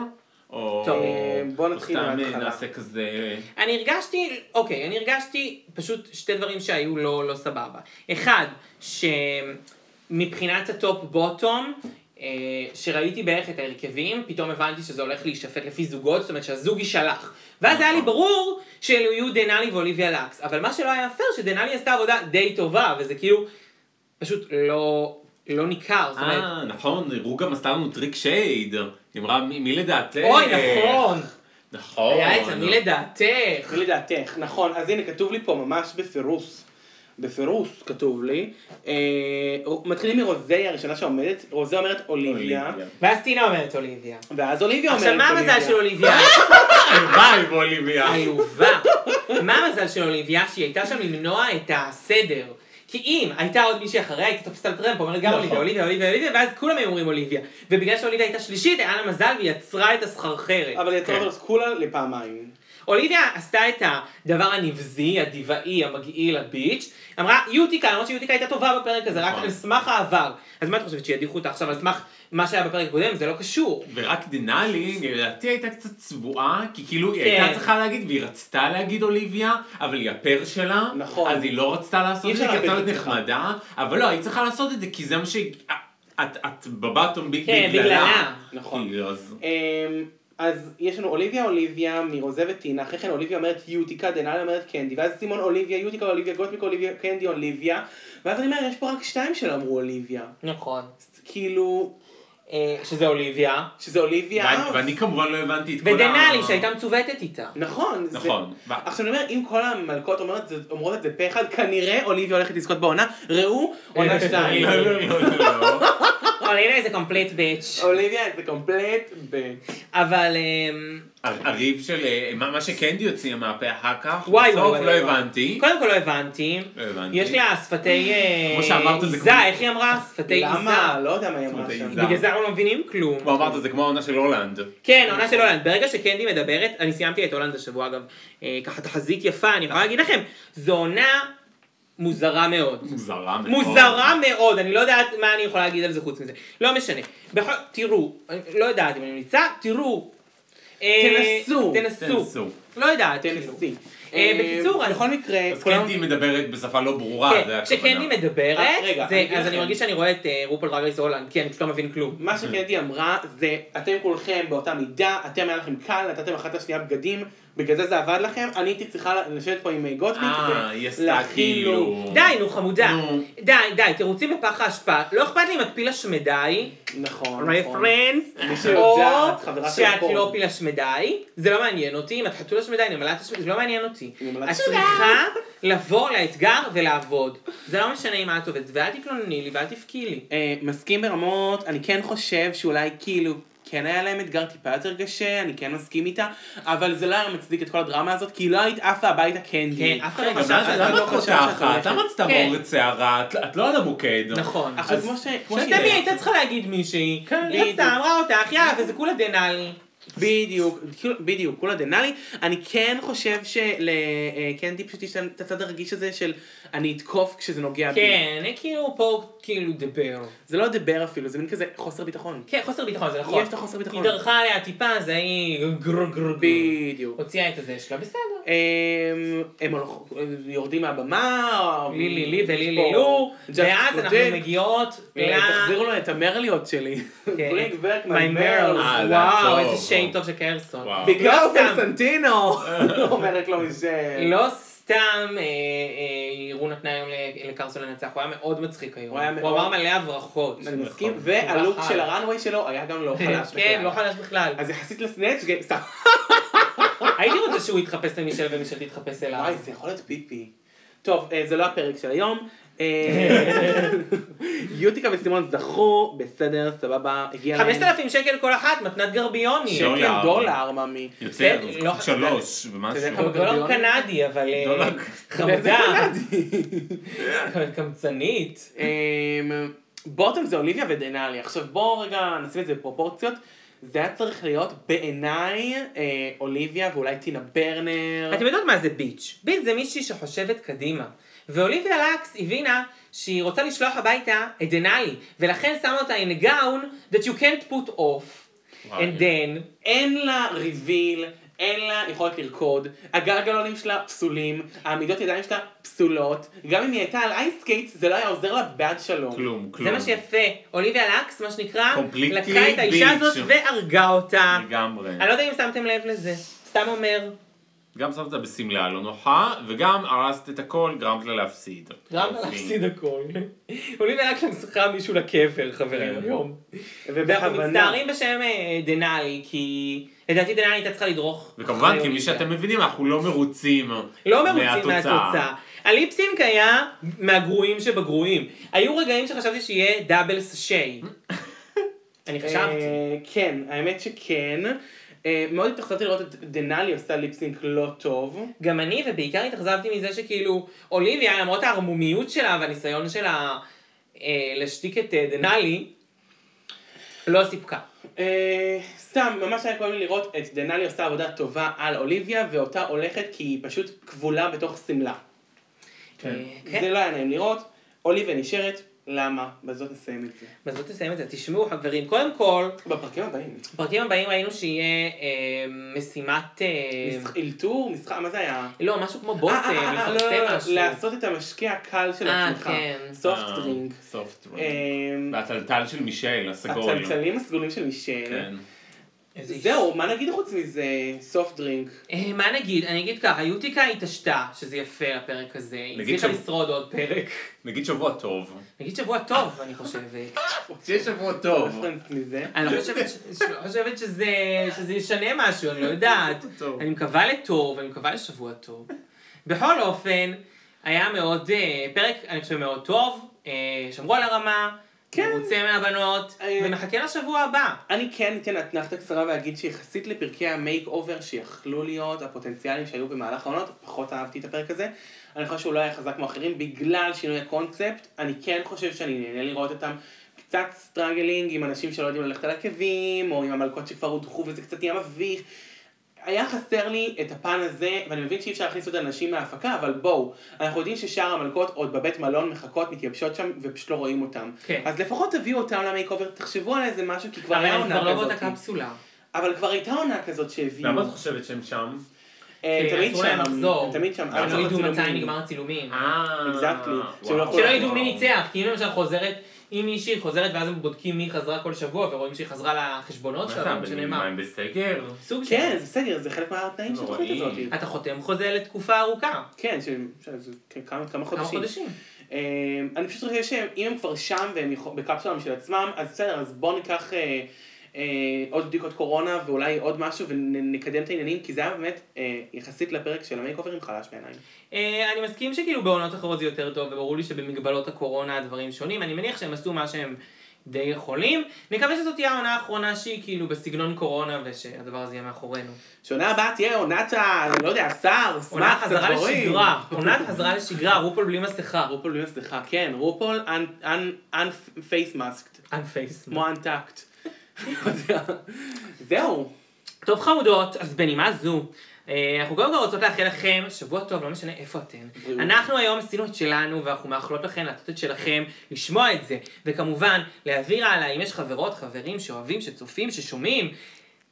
Speaker 4: או...
Speaker 2: טוב,
Speaker 3: אה, בוא נתחיל
Speaker 4: או סתם, אה,
Speaker 3: מההתחלה.
Speaker 4: נעשה כזה...
Speaker 2: אני הרגשתי, אוקיי, אני הרגשתי פשוט שתי דברים שהיו לא, לא סבבה. אחד, שמבחינת הטופ בוטום, אה, שראיתי בערך את ההרכבים, פתאום הבנתי שזה הולך להישפט לפי זוגות, זאת אומרת שהזוג יישלח. ואז היה לי ברור שאלו יהיו דנאלי ואוליביה לקס, אבל מה שלא היה פייר, שדנאלי עשתה עבודה די טובה, וזה כאילו פשוט לא, לא ניכר, זאת אומרת,
Speaker 4: אה, נכון, רו גם עשתה לנו טריק שייד. היא אמרה, מי מי לדעתך?
Speaker 2: אוי,
Speaker 4: אה.
Speaker 2: נכון,
Speaker 4: נכון.
Speaker 2: היה את זה, מי לדעתך?
Speaker 3: ולדעתך, נכון, אז הנה כתוב לי פה ממש בפירוס, בפירוס כתוב לי, אה, מתחילים מרוזה היא הראשונה שעומדת, רוזה אומרת אוליביה,
Speaker 4: אוליביה.
Speaker 2: ואז טינה אומרת אוליביה.
Speaker 3: ואז אוליביה אומרת
Speaker 2: עכשיו, מה
Speaker 3: אוליביה.
Speaker 2: המזל של אוליביה?
Speaker 4: ביי, אוליביה.
Speaker 2: עלובה. מה המזל של אוליביה שהיא הייתה שם למנוע את הסדר. כי אם הייתה עוד מישהי אחריה, הייתה תופסת על טרמפ, אומרת גם
Speaker 4: נכון.
Speaker 2: אוליביה, אוליביה, אוליביה, אוליביה, ואז כולם היו אומרים אוליביה. ובגלל שאוליביה הייתה שלישית, היה לה מזל והיא יצרה את הסחרחרת.
Speaker 3: אבל היא יצרה
Speaker 4: כן.
Speaker 3: אותו כולה לפעמיים.
Speaker 2: אוליביה עשתה את הדבר הנבזי, הדיוואי, המגעיל, הביץ', אמרה יוטיקה, למרות שיוטיקה הייתה טובה בפרק הזה, רק
Speaker 4: נכון.
Speaker 2: על סמך העבר. אז מה את חושבת, שידיחו אותה עכשיו על סמך מה שהיה בפרק הקודם? זה לא קשור.
Speaker 4: ורק דנאלי, לדעתי הייתה קצת צבועה, כי כאילו היא
Speaker 2: כן.
Speaker 4: הייתה צריכה להגיד, והיא רצתה להגיד אוליביה, אבל היא הפר שלה,
Speaker 3: נכון.
Speaker 4: אז היא לא רצתה לעשות
Speaker 3: אי
Speaker 4: את זה,
Speaker 3: אפשר
Speaker 4: כי רצתה
Speaker 3: להפיל
Speaker 4: להיות
Speaker 3: את זה.
Speaker 4: נחמדה, אבל לא, היא צריכה לעשות את זה, כי זה מה ש... את, את בבטום ביג
Speaker 2: כן, בגללה.
Speaker 3: נכון.
Speaker 4: כאילו, אז...
Speaker 3: אמ, אז יש לנו אוליביה אוליביה מרוזה וטינה, אחרי כן אוליביה אומרת יוטיקה, דנאל אומרת קנדי, ואז סימון אוליביה, יוטיקה אוליביה, גוטמיק אוליביה, קנדי אוליביה, ואז אני אומר, יש פה רק שתיים שלא אמרו אוליביה.
Speaker 2: נכון.
Speaker 3: אז כאילו,
Speaker 2: אה, שזה אוליביה.
Speaker 3: שזה אוליביה.
Speaker 4: ואני,
Speaker 3: אף.
Speaker 4: ואני כמובן לא הבנתי את כל
Speaker 2: ודנאלי שהייתה מצוותת איתה.
Speaker 3: נכון. זה-
Speaker 4: נכון. ו-
Speaker 3: עכשיו אני אומר, אם כל המלכות אומרות, זה- אומרות את זה פה אחד, כנראה אוליביה הולכת לזכות בעונה, ראו עונה שתיים.
Speaker 4: לא, לא, לא, לא, לא.
Speaker 2: אוליביה זה קומפליט ביץ'.
Speaker 3: אוליביה זה קומפלט ב...
Speaker 2: אבל... אמ,
Speaker 4: הר- הריב של... אה, מה מה שקנדי הוציאה מהפה אחר כך,
Speaker 2: וואי,
Speaker 4: בסוף
Speaker 2: וואי,
Speaker 4: לא
Speaker 2: וואי.
Speaker 4: הבנתי.
Speaker 2: קודם כל לא הבנתי.
Speaker 4: לא הבנתי.
Speaker 2: יש לה שפתי אה,
Speaker 4: כמו שאמרת, זה
Speaker 2: עיזה,
Speaker 4: כמו-
Speaker 2: איך היא אמרה? שפתי עיזה.
Speaker 3: למה? לא יודע מה היא אמרה
Speaker 4: זאת
Speaker 3: שם.
Speaker 4: איזה-
Speaker 2: בגלל זה אנחנו לא מבינים כלום.
Speaker 4: כמו אמרת, זה כמו העונה של הולנד.
Speaker 2: כן, העונה של הולנד. ברגע שקנדי מדברת, אני סיימתי את הולנד השבוע אגב, אה, ככה תחזית יפה, אני יכולה להגיד לכם, זו עונה מוזרה מאוד.
Speaker 4: מוזרה מאוד.
Speaker 2: מוזרה מאוד, אני לא יודעת מה אני יכולה להגיד על זה חוץ מזה. לא משנה. בכל... תראו, אני לא יודעת אם אני ממליצה, תראו. אה,
Speaker 3: תנסו.
Speaker 2: תנסו.
Speaker 4: תנסו.
Speaker 2: לא יודעת. כאילו.
Speaker 3: טנסי.
Speaker 2: אה, בקיצור, אז-
Speaker 3: בכל מקרה,
Speaker 4: אז
Speaker 3: כולם-
Speaker 4: קנדי מדברת בשפה לא ברורה, זה
Speaker 2: אה, כן,
Speaker 4: הכוונה.
Speaker 2: כשקנדי מדברת,
Speaker 3: אה, רגע,
Speaker 2: זה-
Speaker 3: אני אגיד
Speaker 2: אז אני
Speaker 3: לכם.
Speaker 2: מרגיש שאני רואה את אה, רופול דרגריס הולנד, כי אני פשוט לא מבין כלום.
Speaker 3: מה שקנדי אמרה זה, אתם כולכם באותה מידה, אתם היה לכם קל, נתתם אחת לשנייה בגדים, בגלל זה זה עבד לכם, אני הייתי צריכה לשבת פה עם אה, גוטליק
Speaker 4: אה, היא עשתה כאילו...
Speaker 2: די, נו חמודה.
Speaker 4: נו.
Speaker 2: די, די, תירוצים בפח האשפה. לא אכפת לי אם את פילה שמדי,
Speaker 3: נכון, נכון.
Speaker 2: רפרנס,
Speaker 3: מי
Speaker 2: או
Speaker 3: שיודעת, חברה של
Speaker 2: שאת
Speaker 3: הפורום.
Speaker 2: לא פילה שמדי, זה לא מעניין אותי. אם את חתולה שמדי, נמלת שמדי, זה לא מעניין אותי.
Speaker 3: נמלת
Speaker 2: את
Speaker 3: שמדי.
Speaker 2: צריכה לבוא לאתגר ולעבוד. זה לא משנה אם את עובדת, ואל תתלונני לי ואל תבכי לי.
Speaker 3: אה, מסכים ברמות, אני כן חושב שאולי כאילו... כן היה להם אתגר טיפה יותר קשה, אני כן מסכים איתה, אבל זה לא היה מצדיק את כל הדרמה הזאת, כי לא היית עפה הביתה קנדי.
Speaker 2: כן, אף אחד לא
Speaker 4: רגע,
Speaker 2: חשב
Speaker 4: מה-
Speaker 2: שאת
Speaker 4: למה
Speaker 2: לא
Speaker 4: את
Speaker 2: חושבת.
Speaker 4: פותחת? למה את סתם
Speaker 2: כן.
Speaker 4: עוררת שערה? את- את לא על המוקד.
Speaker 2: נכון.
Speaker 3: עכשיו
Speaker 4: אז-
Speaker 3: כמו ש... כמו
Speaker 2: שתמי
Speaker 3: שהיא-
Speaker 2: הייתה צריכה להגיד מישהי.
Speaker 3: כן,
Speaker 2: היא
Speaker 3: בדיוק.
Speaker 2: רצתה, אמרה אותך, יאללה, וזה כולה דנאלי.
Speaker 3: בדיוק, כאילו- בדיוק, כולה דנאלי. אני כן חושב שלקנדי פשוט יש את הצד הרגיש הזה של אני אתקוף כשזה נוגע בי.
Speaker 2: כן, כאילו פה כאילו דבר.
Speaker 3: זה לא לדבר אפילו, זה מין כזה חוסר ביטחון.
Speaker 2: כן, חוסר ביטחון, זה נכון.
Speaker 3: יש את החוסר ביטחון.
Speaker 2: היא דרכה עליה טיפה, אז היא גרו גרו גרו.
Speaker 3: בדיוק.
Speaker 2: הוציאה את הזה שלה, בסדר.
Speaker 3: אמ, הם הולכ- יורדים מהבמה, או-
Speaker 2: לי לי לי ולי
Speaker 3: יש
Speaker 2: לי
Speaker 3: פה
Speaker 2: לו,
Speaker 3: Just
Speaker 2: ואז אנחנו
Speaker 3: Protect.
Speaker 2: מגיעות ל...
Speaker 3: תחזירו לו את המרליות שלי.
Speaker 2: כן.
Speaker 3: Bring back my
Speaker 2: My
Speaker 3: merls.
Speaker 4: אה,
Speaker 2: Merls.
Speaker 4: זה
Speaker 2: וואו,
Speaker 4: טוב.
Speaker 2: איזה שיי טוב של קרסון.
Speaker 4: וואו.
Speaker 3: בגלל
Speaker 2: לא סתם.
Speaker 3: פרסנטינו! אומרת לו מישל.
Speaker 2: לא סתם אה, אה, רו נתנה היום ל- לקרסון לנצח, הוא היה מאוד מצחיק היום.
Speaker 3: הוא היה
Speaker 2: הוא
Speaker 3: מאוד-
Speaker 2: אמר מלא הברחות.
Speaker 3: אני מסכים,
Speaker 4: נכון.
Speaker 3: והלוק
Speaker 2: הוא
Speaker 3: של
Speaker 2: בחר.
Speaker 3: הראנוויי שלו היה גם לא חלש
Speaker 2: כן,
Speaker 3: בכלל.
Speaker 2: לא חלש בכלל.
Speaker 3: אז יחסית לסנאצ' גיים, סתם.
Speaker 2: הייתי רוצה שהוא יתחפש למישל ומישל תתחפש אליו.
Speaker 3: וואי, זה יכול להיות פיפי. טוב, אה, זה לא הפרק של היום. אה, יוטיקה וסימון זכו, בסדר, סבבה, הגיע להם
Speaker 2: 5,000 שקל כל אחת, מתנת גרביוני.
Speaker 4: שואו.
Speaker 3: שקל
Speaker 4: דולר.
Speaker 3: דולר, ממי.
Speaker 4: יותר,
Speaker 2: זה- לא-
Speaker 4: שלוש
Speaker 3: אתה יודע
Speaker 4: ומשהו.
Speaker 3: כמה-
Speaker 2: דולר
Speaker 3: גרביוני?
Speaker 2: לא קנדי, אבל אה,
Speaker 4: דולר.
Speaker 3: לאיזה
Speaker 2: חמודה,
Speaker 3: קנדי?
Speaker 2: קמצנית.
Speaker 3: אמ, בוטום זה אוליביה ודנאלי. עכשיו בואו רגע נשים את זה בפרופורציות. זה היה צריך להיות בעיניי אה, אוליביה ואולי טינה ברנר.
Speaker 2: אתם יודעות מה זה ביץ'. ביץ' זה מישהי שחושבת קדימה. ואוליביה לקס הבינה שהיא רוצה לשלוח הביתה את דנאלי, ולכן שמה אותה in a gown that you can't put off.
Speaker 4: וואי.
Speaker 2: And then,
Speaker 3: אין לה ריביל, אין לה יכולת לרקוד, הגלגלונים שלה פסולים, העמידות ידיים שלה פסולות, גם אם היא הייתה על אייסקייט, זה לא היה עוזר לה בעד שלום.
Speaker 4: כלום, כלום.
Speaker 2: זה מה שיפה, אוליביה לקס, מה שנקרא,
Speaker 4: לא. Completely
Speaker 2: לקחה את האישה
Speaker 4: bitch.
Speaker 2: הזאת והרגה אותה.
Speaker 4: לגמרי.
Speaker 2: אני לא יודע אם שמתם לב לזה, סתם אומר.
Speaker 4: גם שמת אותה בשמלה לא נוחה, וגם הרסת את הכל, גרמת לה להפסיד.
Speaker 2: גרמת להפסיד הכל. אוליביה לקס משחקה מישהו לקבר, חברים,
Speaker 4: כן.
Speaker 2: היום. ואנחנו
Speaker 3: ובכוונה.
Speaker 2: מצטערים בשם אה, דנאלי, כי לדעתי דנאלי הייתה צריכה לדרוך.
Speaker 4: וכמובן,
Speaker 2: אחרי
Speaker 4: כמי
Speaker 2: אוליביה.
Speaker 4: שאתם מבינים, אנחנו לא מרוצים
Speaker 2: לא מרוצים מהתוצאה. הליפסינק היה מהגרועים שבגרועים. היו רגעים שחשבתי שיהיה דאבל סשי. אני חשבתי.
Speaker 3: אה, כן, האמת שכן. אה, מאוד התאכזבתי לראות את דנאלי עושה ליפסינק לא טוב.
Speaker 2: גם אני, ובעיקר התאכזבתי מזה שכאילו, אוליביה, למרות הערמומיות שלה והניסיון שלה אה, להשתיק את אה, דנאלי, לא סיפקה.
Speaker 3: אה, סתם, ממש היה כואב לי לראות את דנאלי עושה עבודה טובה על אוליביה, ואותה הולכת כי היא פשוט כבולה בתוך שמלה.
Speaker 2: אה,
Speaker 3: זה
Speaker 2: כן.
Speaker 3: לא היה נעים לראות. אוליביה נשארת, למה? בזאת נסיים את זה.
Speaker 2: אז בוא תסיים את זה. תשמעו חברים, קודם כל,
Speaker 3: בפרקים הבאים.
Speaker 2: בפרקים הבאים ראינו שיהיה אה, משימת... אה,
Speaker 3: משח- אלתור, משחק, מה זה היה?
Speaker 2: לא, משהו כמו
Speaker 3: אה, אה,
Speaker 2: בושם,
Speaker 3: אה, אה, לא, לא,
Speaker 2: לפרסם
Speaker 3: לא,
Speaker 2: משהו.
Speaker 3: לעשות את המשקה הקל של
Speaker 2: אה,
Speaker 3: עצמך.
Speaker 2: כן.
Speaker 3: סופט
Speaker 4: אה,
Speaker 3: דרינק.
Speaker 4: סופט
Speaker 2: אה,
Speaker 4: דרינק.
Speaker 3: אמ,
Speaker 4: והטלטל של מישל, הסגול.
Speaker 3: הצלצלים הסגולים של מישל.
Speaker 4: כן.
Speaker 2: איזה איש.
Speaker 3: זהו, מה נגיד חוץ מזה? סופט דרינק.
Speaker 2: אה, מה נגיד? אני אגיד ככה, יוטיקה התעשתה, שזה יפה לפרק הזה. היא
Speaker 4: נגיד
Speaker 2: הצליחה
Speaker 4: ש-
Speaker 2: לשרוד עוד פרק.
Speaker 4: נגיד שבוע טוב.
Speaker 2: נגיד שבוע טוב, אני חושבת.
Speaker 4: שיהיה שבוע טוב.
Speaker 3: רפרנס מזה.
Speaker 2: אני לא חושבת ש- לא חושבת שזה שזה ישנה משהו, אני לא יודעת.
Speaker 4: טוב.
Speaker 2: אני מקווה לטוב, אני מקווה לשבוע טוב. בכל אופן, היה מאוד, אה, פרק, אני חושב, מאוד טוב. אה, שמרו על הרמה.
Speaker 3: כן.
Speaker 2: מרוצה מהבנות,
Speaker 3: אה,
Speaker 2: ומחכה לשבוע הבא.
Speaker 3: אני כן אתן אתנחתא קצרה ואגיד שיחסית לפרקי המייק אובר שיכלו להיות, הפוטנציאלים שהיו במהלך העונות, פחות אהבתי את הפרק הזה. אני חושב שהוא לא היה חזק כמו אחרים בגלל שינוי הקונספט. אני כן חושב שאני נהנה לראות אותם קצת סטראגלינג עם אנשים שלא יודעים ללכת על עקבים, או עם המלכות שכבר הודחו וזה קצת נהיה מביך. היה חסר לי את הפן הזה, ואני מבין שאי אפשר להכניס עוד אנשים מההפקה, אבל בואו, אנחנו יודעים ששאר המלכות עוד בבית מלון מחכות, מתייבשות שם, ופשוט לא רואים אותם.
Speaker 2: כן.
Speaker 3: אז לפחות תביאו אותם למייק אובר, תחשבו על איזה משהו, כי כבר
Speaker 2: אבל
Speaker 3: היה
Speaker 2: הם כבר לא
Speaker 3: עונה אה,
Speaker 2: באותה
Speaker 3: כזאת.
Speaker 2: קפסולה.
Speaker 3: אבל כבר הייתה עונה כזאת שהביאו.
Speaker 4: למה את חושבת שהם שם?
Speaker 3: אה,
Speaker 2: כן,
Speaker 3: תמיד
Speaker 2: אסור להם
Speaker 3: שם,
Speaker 2: לחזור.
Speaker 3: הם תמיד שם.
Speaker 2: הם לא
Speaker 3: עד סוף
Speaker 2: ידעו מתי
Speaker 3: הצילומים.
Speaker 2: נגמר הצילומים.
Speaker 4: אה...
Speaker 3: Exactly.
Speaker 4: וואו.
Speaker 2: שלא
Speaker 3: וואו.
Speaker 2: ידעו מי ניצח, כי אם למשל חוזרת, אם מישהי חוזרת ואז הם בודקים מי חזרה כל שבוע ורואים שהיא חזרה לחשבונות
Speaker 4: מה
Speaker 2: שלה,
Speaker 4: זה,
Speaker 2: לא
Speaker 4: אבל
Speaker 2: משנה
Speaker 4: מה,
Speaker 2: מה.
Speaker 4: הם בסגר?
Speaker 2: סוג של...
Speaker 3: כן, זה בסדר, זה חלק
Speaker 2: לא
Speaker 3: מהתנאים של התוכנית
Speaker 4: נוראי.
Speaker 3: הזאת.
Speaker 2: אתה חותם חוזה לתקופה ארוכה.
Speaker 3: כן, ש- ש- כן, כמה כמה
Speaker 2: כמה
Speaker 3: חודשים.
Speaker 2: חודשים.
Speaker 3: אה, אני פשוט חושב שאם הם כבר שם והם יכול- בקפסולה משל עצמם, אז בסדר, אז בואו ניקח אה, אה, עוד בדיקות קורונה ואולי עוד משהו ונקדם את העניינים, כי זה היה באמת אה, יחסית לפרק של המייק אוברים חלש בעיניים.
Speaker 2: אה, אני מסכים שכאילו בעונות אחרות זה יותר טוב, וברור לי שבמגבלות הקורונה הדברים שונים. אני מניח שהם עשו מה שהם די יכולים. נקווה שזאת תהיה העונה האחרונה שהיא כאילו בסגנון קורונה, ושהדבר הזה יהיה מאחורינו.
Speaker 3: שעונה הבאה תהיה עונת ה... אני לא יודע, שר,
Speaker 2: עונת
Speaker 3: סמאק,
Speaker 2: חזרה לשגרה. עונת חזרה לשגרה, רופול בלי מסכה.
Speaker 3: רופול בלי מסכה, כן, רופול unface masked,
Speaker 2: אנפייס.
Speaker 3: כמו untucked. לא יודע. זהו,
Speaker 2: טוב חמודות, אז בנימה זו, אה, אנחנו קודם כל רוצות לאחל לכם שבוע טוב, לא משנה איפה אתן.
Speaker 3: בריאות.
Speaker 2: אנחנו היום עשינו את שלנו, ואנחנו מאחלות לכם לעשות את שלכם, לשמוע את זה, וכמובן, להעביר הלאה, אם יש חברות, חברים שאוהבים, שצופים, ששומעים,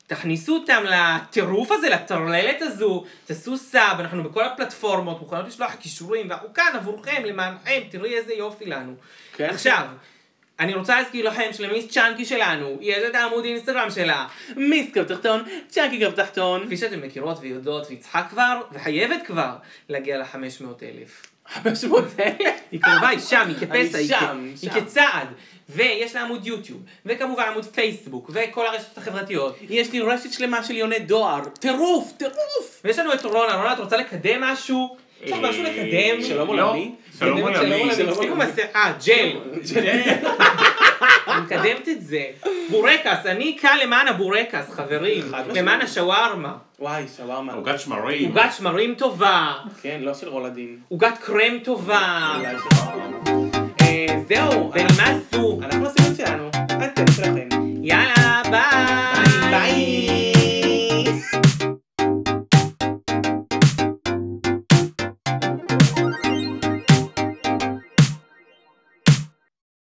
Speaker 2: תכניסו אותם לטירוף הזה, לטרללת הזו, תעשו סאב, אנחנו בכל הפלטפורמות, מוכנות לשלוח קישורים, ואנחנו כאן עבורכם, למענכם, תראי איזה יופי לנו.
Speaker 3: כן.
Speaker 2: עכשיו, אני רוצה להזכיר לכם שלמיס צ'אנקי שלנו, יש את העמוד אינסטגרם שלה,
Speaker 3: מיס קו תחתון, צ'אנקי קו תחתון.
Speaker 2: כפי שאתן מכירות ויודעות ויצחק כבר, וחייבת כבר להגיע ל-500 אלף.
Speaker 3: פשוט
Speaker 2: היא קרובה, היא שם, היא כפסע,
Speaker 3: אני
Speaker 2: היא,
Speaker 3: שם,
Speaker 2: כ... היא
Speaker 3: שם.
Speaker 2: כצעד. ויש לה עמוד יוטיוב, וכמובן עמוד פייסבוק, וכל הרשתות החברתיות.
Speaker 3: יש לי רשת שלמה של יוני דואר, טירוף, טירוף.
Speaker 2: ויש לנו את רונה, רונה את רוצה לקדם משהו? יש לך משהו
Speaker 4: אה,
Speaker 2: לקדם?
Speaker 3: שלום
Speaker 4: לא.
Speaker 3: עולמי.
Speaker 4: שלום
Speaker 2: מקדמת
Speaker 4: עולמי.
Speaker 2: שלום עולמי. תפסיקו מסכה, ג'ל. אני מקדמת את זה. בורקס, אני כאן למען הבורקס, חברים.
Speaker 3: חד משמעית.
Speaker 2: למען השווארמה.
Speaker 3: וואי, שווארמה.
Speaker 4: עוגת שמרים.
Speaker 2: עוגת שמרים טובה,
Speaker 3: כן, לא של רולדין.
Speaker 2: עוגת קרם טובה.
Speaker 3: אולי של- אה, זהו.
Speaker 2: בנימה